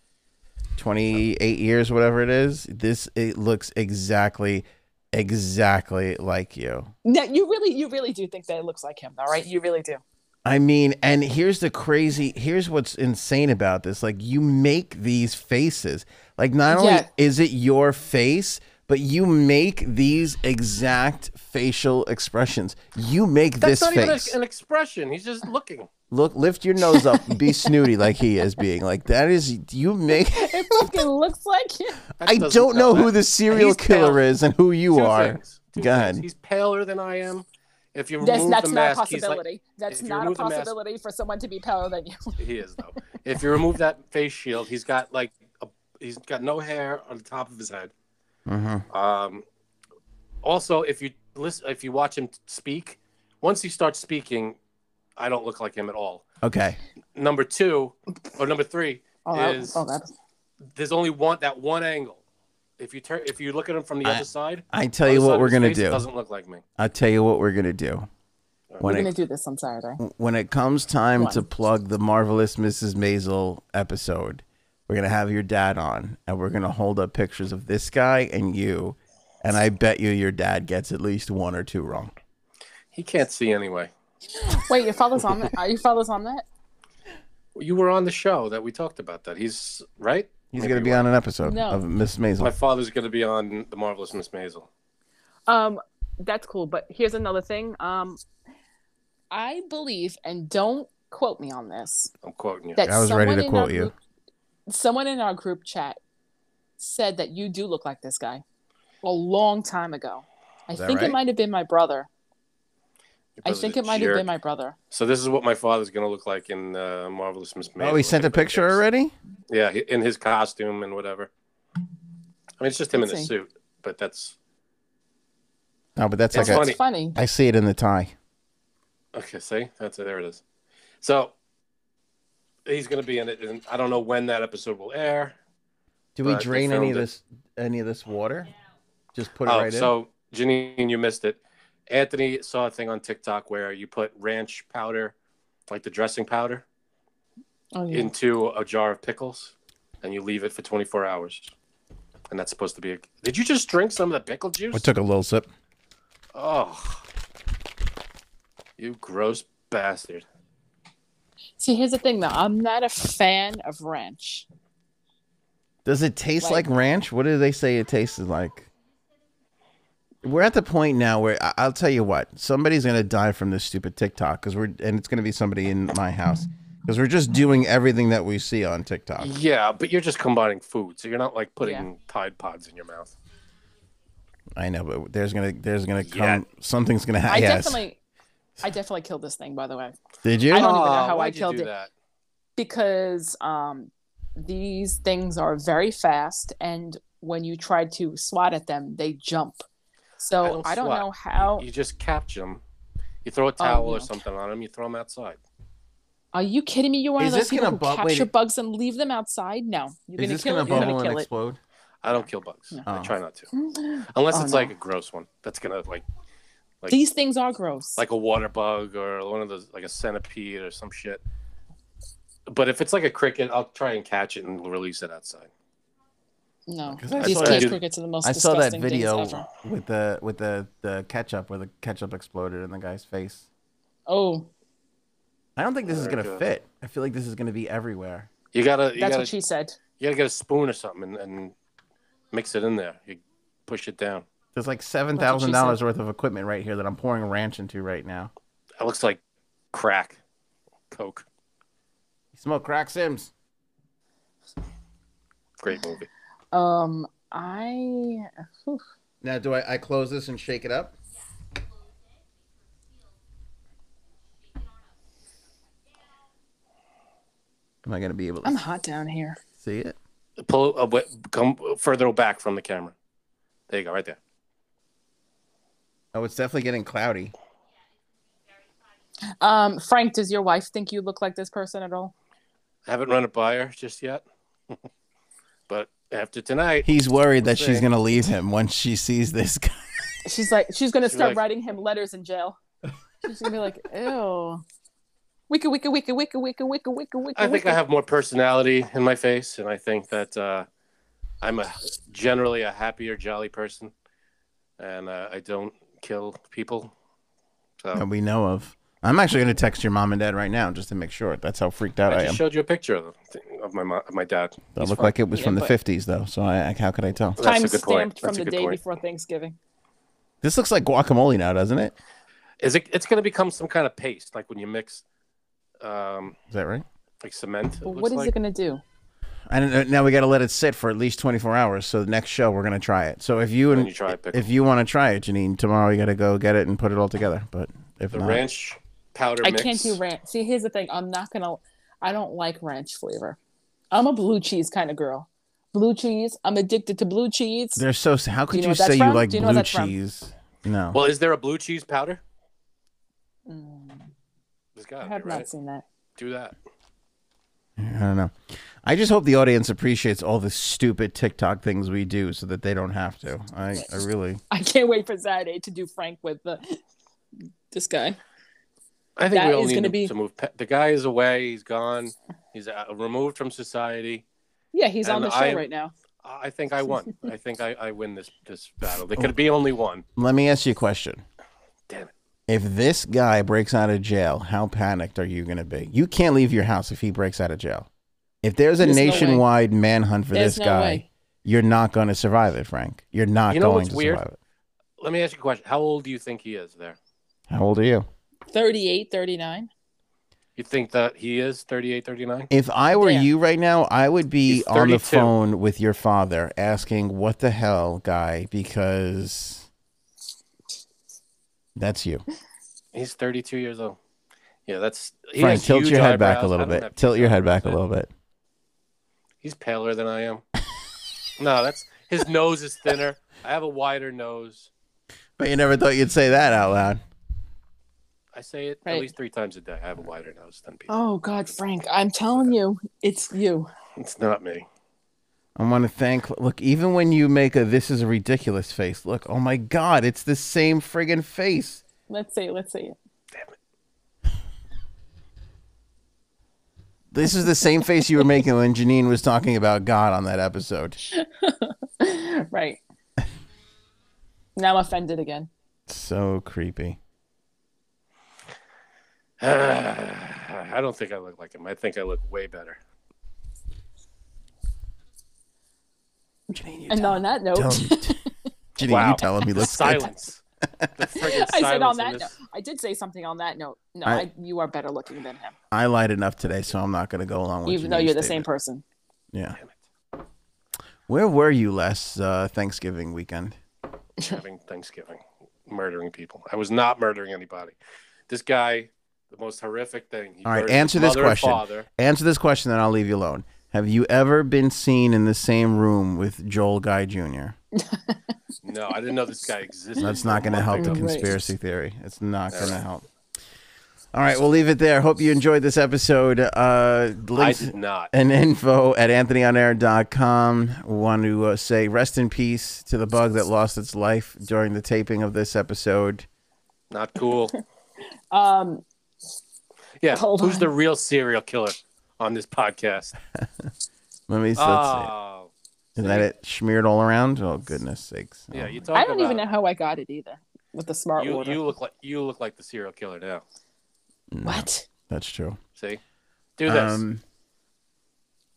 A: 28 years, whatever it is. This it looks exactly exactly like you.
D: No, you really, you really do think that it looks like him, all right? You really do.
A: I mean, and here's the crazy, here's what's insane about this. Like you make these faces. Like not only
D: Yeah.
A: is it your face, but you make these exact facial expressions. You make this
B: That's not
A: face.
B: even a, an expression. He's just looking.
A: Look, lift your nose up, and be snooty like he is being. Like that is you make.
D: It fucking looks like it.
B: That
A: I
B: doesn't
A: don't know
B: that.
A: who the serial
B: He's
A: killer
B: pale.
A: is and who you
B: Two
A: are.
B: things. Two
A: Go ahead.
B: things. He's paler than I am. If you
D: That's,
B: remove
D: that's
B: the
D: not a
B: mask, he's like
D: possibility. that's
B: if you
D: not a
B: remove the mask-
D: possibility for someone to be paler than you.
B: he is though. if you remove that face shield, he's got like a, he's got no hair on the top of his head.
A: Mhm.
B: Um, also, if you listen, if you watch him speak, once he starts speaking, I don't look like him at all.
A: Okay.
B: Number two or number three,
D: Oh, that-
B: Is-
D: oh, that-
B: there's only one that one angle. If you turn, if you look at him from the
A: I-
B: other side,
A: I tell you
B: other side
A: what
B: of
A: we're
B: his
A: gonna
B: face, it
A: do.
B: Doesn't look like me.
A: I'll tell you what we're gonna do.
D: We're
A: When
D: gonna
A: it
D: do this on Saturday.
A: when it comes time to
D: One.
A: plug the marvelous Mrs. Maisel episode, we're gonna have your dad on, and we're gonna hold up pictures of this guy and you, and I bet you your dad gets at least one or two wrong.
B: He can't see anyway.
D: Wait, your father's on that? Are you father's on that?
B: You were on the show that we talked about that. He's right.
A: He's
B: Maybe
A: gonna be
B: you
A: on an episode
D: No.
A: of Miss Maisel.
B: My father's going to be on the marvelous Miss Maisel.
D: Um, that's cool. But here's another thing. Um, I believe, and don't quote me on this.
B: I'm quoting you.
D: That
A: I was ready
D: someone
A: to
D: in
A: quote
D: our
A: you.
D: Group, someone in our group chat said that you do look like this guy a long time ago. I
A: Is that
D: think
A: right?
D: it might have been my brother.
B: Your
D: I
B: brother's
D: think
B: a
D: it might have
B: jerk.
D: been my brother.
B: So this is what my father's going to look like in uh, marvelous Miss Maisel.
A: oh, he sent a picture already.
B: Yeah, he- in his costume and whatever. I mean, it's just him in
D: Let's
B: a
D: see.
B: suit, but that's
A: No, but that's
B: It's
A: like a-
B: funny.
D: It's funny.
A: I see it in the tie.
B: okay. See, that's it. There it is. So he's going to be in it, and I don't know when that episode will air.
A: Do
B: But they filmed it.
A: any of this water? Just put
B: Oh, so Janine, you missed it. Anthony saw a thing on TikTok where you put ranch powder, like the dressing powder,
D: Oh,
A: Mm.
D: yeah.
B: into a jar of pickles and you leave it for 24 hours. And that's supposed to be a. Did you just drink some of the pickle juice?
A: I took a little sip.
B: oh. You gross bastard.
D: See, here's the thing though. I'm not a fan of ranch.
A: Does it taste like,
D: Like-
A: ranch? What do they say it tastes like? We're at the point now where I- I'll tell you what somebody's gonna die from this stupid TikTok because we're and it's gonna be somebody in my house because we're just doing everything that we see on TikTok.
B: Yeah, but you're just combining food. So you're not like putting Tide Pods in your mouth.
A: I know, but there's gonna there's gonna come
B: Yeah.
A: something's gonna
D: I
A: happen. Yes,
D: definitely, I definitely killed this thing. By the way,
A: did you?
D: I don't even know
B: Aw,
D: how I
B: why'd you
D: killed
B: do
D: it.
B: That?
D: because um, these things are very fast, and when you try to swat at them, they jump. So Oh, I
B: I
D: don't,
B: don't
D: know how.
B: You just capture them. You throw a
D: Oh,
B: towel or
D: no.
B: something on them, you throw them outside.
D: Are you kidding me? You're one
A: Is
D: of
A: this
D: those people
A: gonna
D: who
A: bu- wait-
D: capture bugs and leave them outside? No, you're gonna kill it. You're gonna kill it.
A: explode?
B: I don't kill bugs. I
A: Oh.
B: try not to. Unless
D: Oh,
B: it's
D: no.
B: like a gross one that's going to like like-
D: These things are gross.
B: like a water bug or one of those like a centipede or some shit. But if it's like a cricket, I'll try and catch it and release it outside.
D: no,
A: 'Cause I
D: these
A: saw
D: cage
B: that-
D: crickets are the most.
A: I saw that
D: disgusting things ever.
A: video with the with the the ketchup where the ketchup exploded in the guy's face.
D: Oh,
A: I don't think this is gonna
B: America.
A: fit. I feel like this is gonna be everywhere.
B: You gotta, you
D: that's
B: gotta,
D: what she said.
B: you gotta get a spoon or something and, and mix it in there. You push it down.
A: There's like seven
D: what
A: thousand
D: she
A: dollars worth of equipment right here that I'm pouring ranch into right now.
B: It looks like crack, coke.
A: You smoke crack Sims.
B: Great movie.
D: Um, I. whew.
A: Now, do I, I close this and shake it up? Am I gonna be able to
D: I'm hot down here.
A: see it?
B: Pull, uh, wait, come further back from the camera. There you go, right there.
A: Oh, it's definitely getting cloudy.
D: Um, Frank, does your wife think you look like this person at all?
B: I haven't run it by her just yet, but after tonight,
A: He's worried that she's
B: see.
A: gonna leave him once she sees this guy.
D: She's like, she's gonna
B: She's
D: start
B: like-
D: writing him letters in jail. She's gonna be like, ew. Wicka wicka wicka wicka wicka wicka wicka wicka.
B: I think I have more personality in my face, and I think that uh, I'm a generally a happier, jolly person, and uh, I don't kill people. So
A: that we know of. I'm actually gonna text your mom and dad right now just to make sure. That's how freaked out
B: I
A: I,
B: just
A: am.
B: showed you a picture of, the- of my mo- of my dad.
A: That
B: He's
A: looked
B: fine.
A: like it was
D: Yeah,
A: from the
D: but-
A: 50s though. So I, I, how could I tell?
B: That's
D: time
B: a good point.
D: stamped from
B: That's a
D: the
B: good
D: day
B: point.
D: before Thanksgiving.
A: This looks like guacamole now, doesn't it?
B: Is it? It's going to become some kind of paste, like when you mix um,
A: Is that right?
B: like cement. It
D: But
B: looks
D: what is
B: like.
D: it going to do?
A: I don't know. Now we got to let it sit for at least 24 hours. So the next show we're gonna try it. So if you
B: Then
A: and
B: you try it, pickle.
A: if you want to try it, Janine, tomorrow you got to go get it and put it all together. But if
B: the
A: not,
B: ranch powder.
D: I
B: mix.
D: can't do ranch. See, here's the thing. I'm not going to, I don't like ranch flavor. I'm a blue cheese kind of girl. Blue cheese. I'm addicted to blue cheese.
A: they're so. s- How could
D: know
A: you,
D: what that's
A: say you
D: from?
A: like
D: Do you know what
A: blue
D: that's from?
A: cheese? No.
B: Well, is there a blue cheese powder?
D: Mm,
B: There's
D: I
B: gotta be,
D: have
B: right?
D: not seen that.
B: Do that.
A: I don't know. I just hope the audience appreciates all the stupid TikTok things we do, so that they don't have to. I, I really.
D: I can't wait for Saturday to do Frank with the, this guy.
B: I think
D: That
B: we all
D: is
B: need
D: gonna
B: to,
D: be-
B: to move. Pe- the guy is away. He's gone. He's uh, removed from society.
D: Yeah, he's on
B: And
D: the show
B: I-
D: right now.
B: I I think I won. I think I, I win this this battle. There could
A: Oh.
B: be only one.
A: Let me ask you a question.
B: Damn it.
A: If this guy breaks out of jail, how panicked are you going to be? You can't leave your house if he breaks out of jail. If there's a
D: There's no way.
A: nationwide manhunt for
D: There's
A: this
D: no
A: guy,
D: way.
A: you're not going to survive it, Frank. You're not
B: You know
A: going
B: what's
A: to
B: weird?
A: survive it.
B: Let me ask you a question. How old do you think he is there?
A: How old are you?
D: 38, 39.
B: You think that he is 38, 39?
A: If I were
D: Yeah.
A: you right now, I would be
B: He's
A: on the
B: 32.
A: phone with your father asking, What the hell, guy? Because that's you.
B: He's 32 years old. Yeah, that's. he
A: Frank,
B: has
A: tilt
B: huge
A: your head back a
B: eyebrows.
A: little
B: I don't have
A: bit. Tilt
B: huge
A: your head back a
B: eyebrows.
A: little bit.
B: He's paler than I am. no, that's. His nose is thinner. I have a wider nose.
A: But you never thought you'd say that out loud.
B: I say it
D: Right.
B: at least three times a day. I have a wider nose than people.
D: Oh, God, Frank, I'm telling you, it's you.
A: Oh.
B: It's not me.
A: I want to thank. Look, even when you make a "this is a ridiculous" face, look, oh my god, it's the same friggin' face.
D: Let's see. Let's see.
A: This is the same face you were making when Janine was talking about God on that episode.
D: Right. now I'm offended again.
A: So creepy.
B: I don't think I look like him. I think I look way better.
A: Janine, you
D: And on that note,
A: tell him. Janine,
B: Wow.
A: you tell him he
B: The
A: looks good.
B: silence. The friggin' silence.
D: I said on
B: in
D: that note,
B: this-
D: I did say something on that note. No,
A: I-
D: I, you are better looking than him,
A: I lied enough today, so I'm not going to go along with.
D: even though
A: Janine's
D: you're the same
A: statement.
D: person.
A: Yeah.
B: Damn it.
A: Where were you last uh, Thanksgiving weekend?
B: having Thanksgiving, murdering people. I was not murdering anybody. This guy, the most horrific thing. He
A: All right,
B: murdered his
A: answer this
B: mother and
A: question.
B: Father.
A: Answer this question, then I'll leave you alone. Have you ever been seen in the same room with Joel Guy Jr.?
B: No, I didn't know this guy existed.
A: That's not going to help the
D: Right.
A: conspiracy theory. It's not going to help. All right, we'll leave it there. Hope you enjoyed this episode. Uh,
B: I
A: links
B: did not.
A: and info at anthonyonair.com. Want to uh, say rest in peace to the bug that lost its life during the taping of this episode.
B: Not cool.
D: Um,
B: Yeah,
D: Hold
B: who's
D: on.
B: the real serial killer on this podcast?
A: Let me see. let's
B: Oh,
A: see. Is that it? Smeared all around? Oh, goodness sakes.
B: yeah. You talk
D: I don't even know
B: about-
D: how I got it either with the smart
B: You,
D: order.
B: you look like you look like the serial killer now.
D: what?
A: Oh, That's true.
B: See, do this.
A: Um,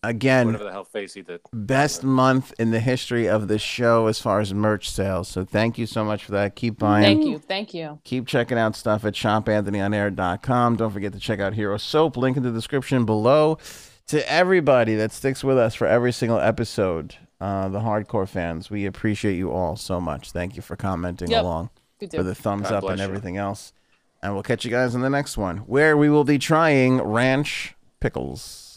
A: again,
B: Whatever the hell face he did.
A: best month in the history of the show as far as merch sales. So thank you so much for that. Keep buying.
D: Thank you. Thank you.
A: Keep checking out stuff at shopanthonyonair.com. Don't forget to check out Hero Soap, link in the description below. To everybody that sticks with us for every single episode, uh, the hardcore fans, we appreciate you all so much. Thank you for commenting
D: Yep.
A: along,
D: Good
A: for the
D: deal.
A: thumbs
B: God
A: up and
B: bless you.
A: everything else. And we'll catch you guys in the next one, where we will be trying ranch pickles.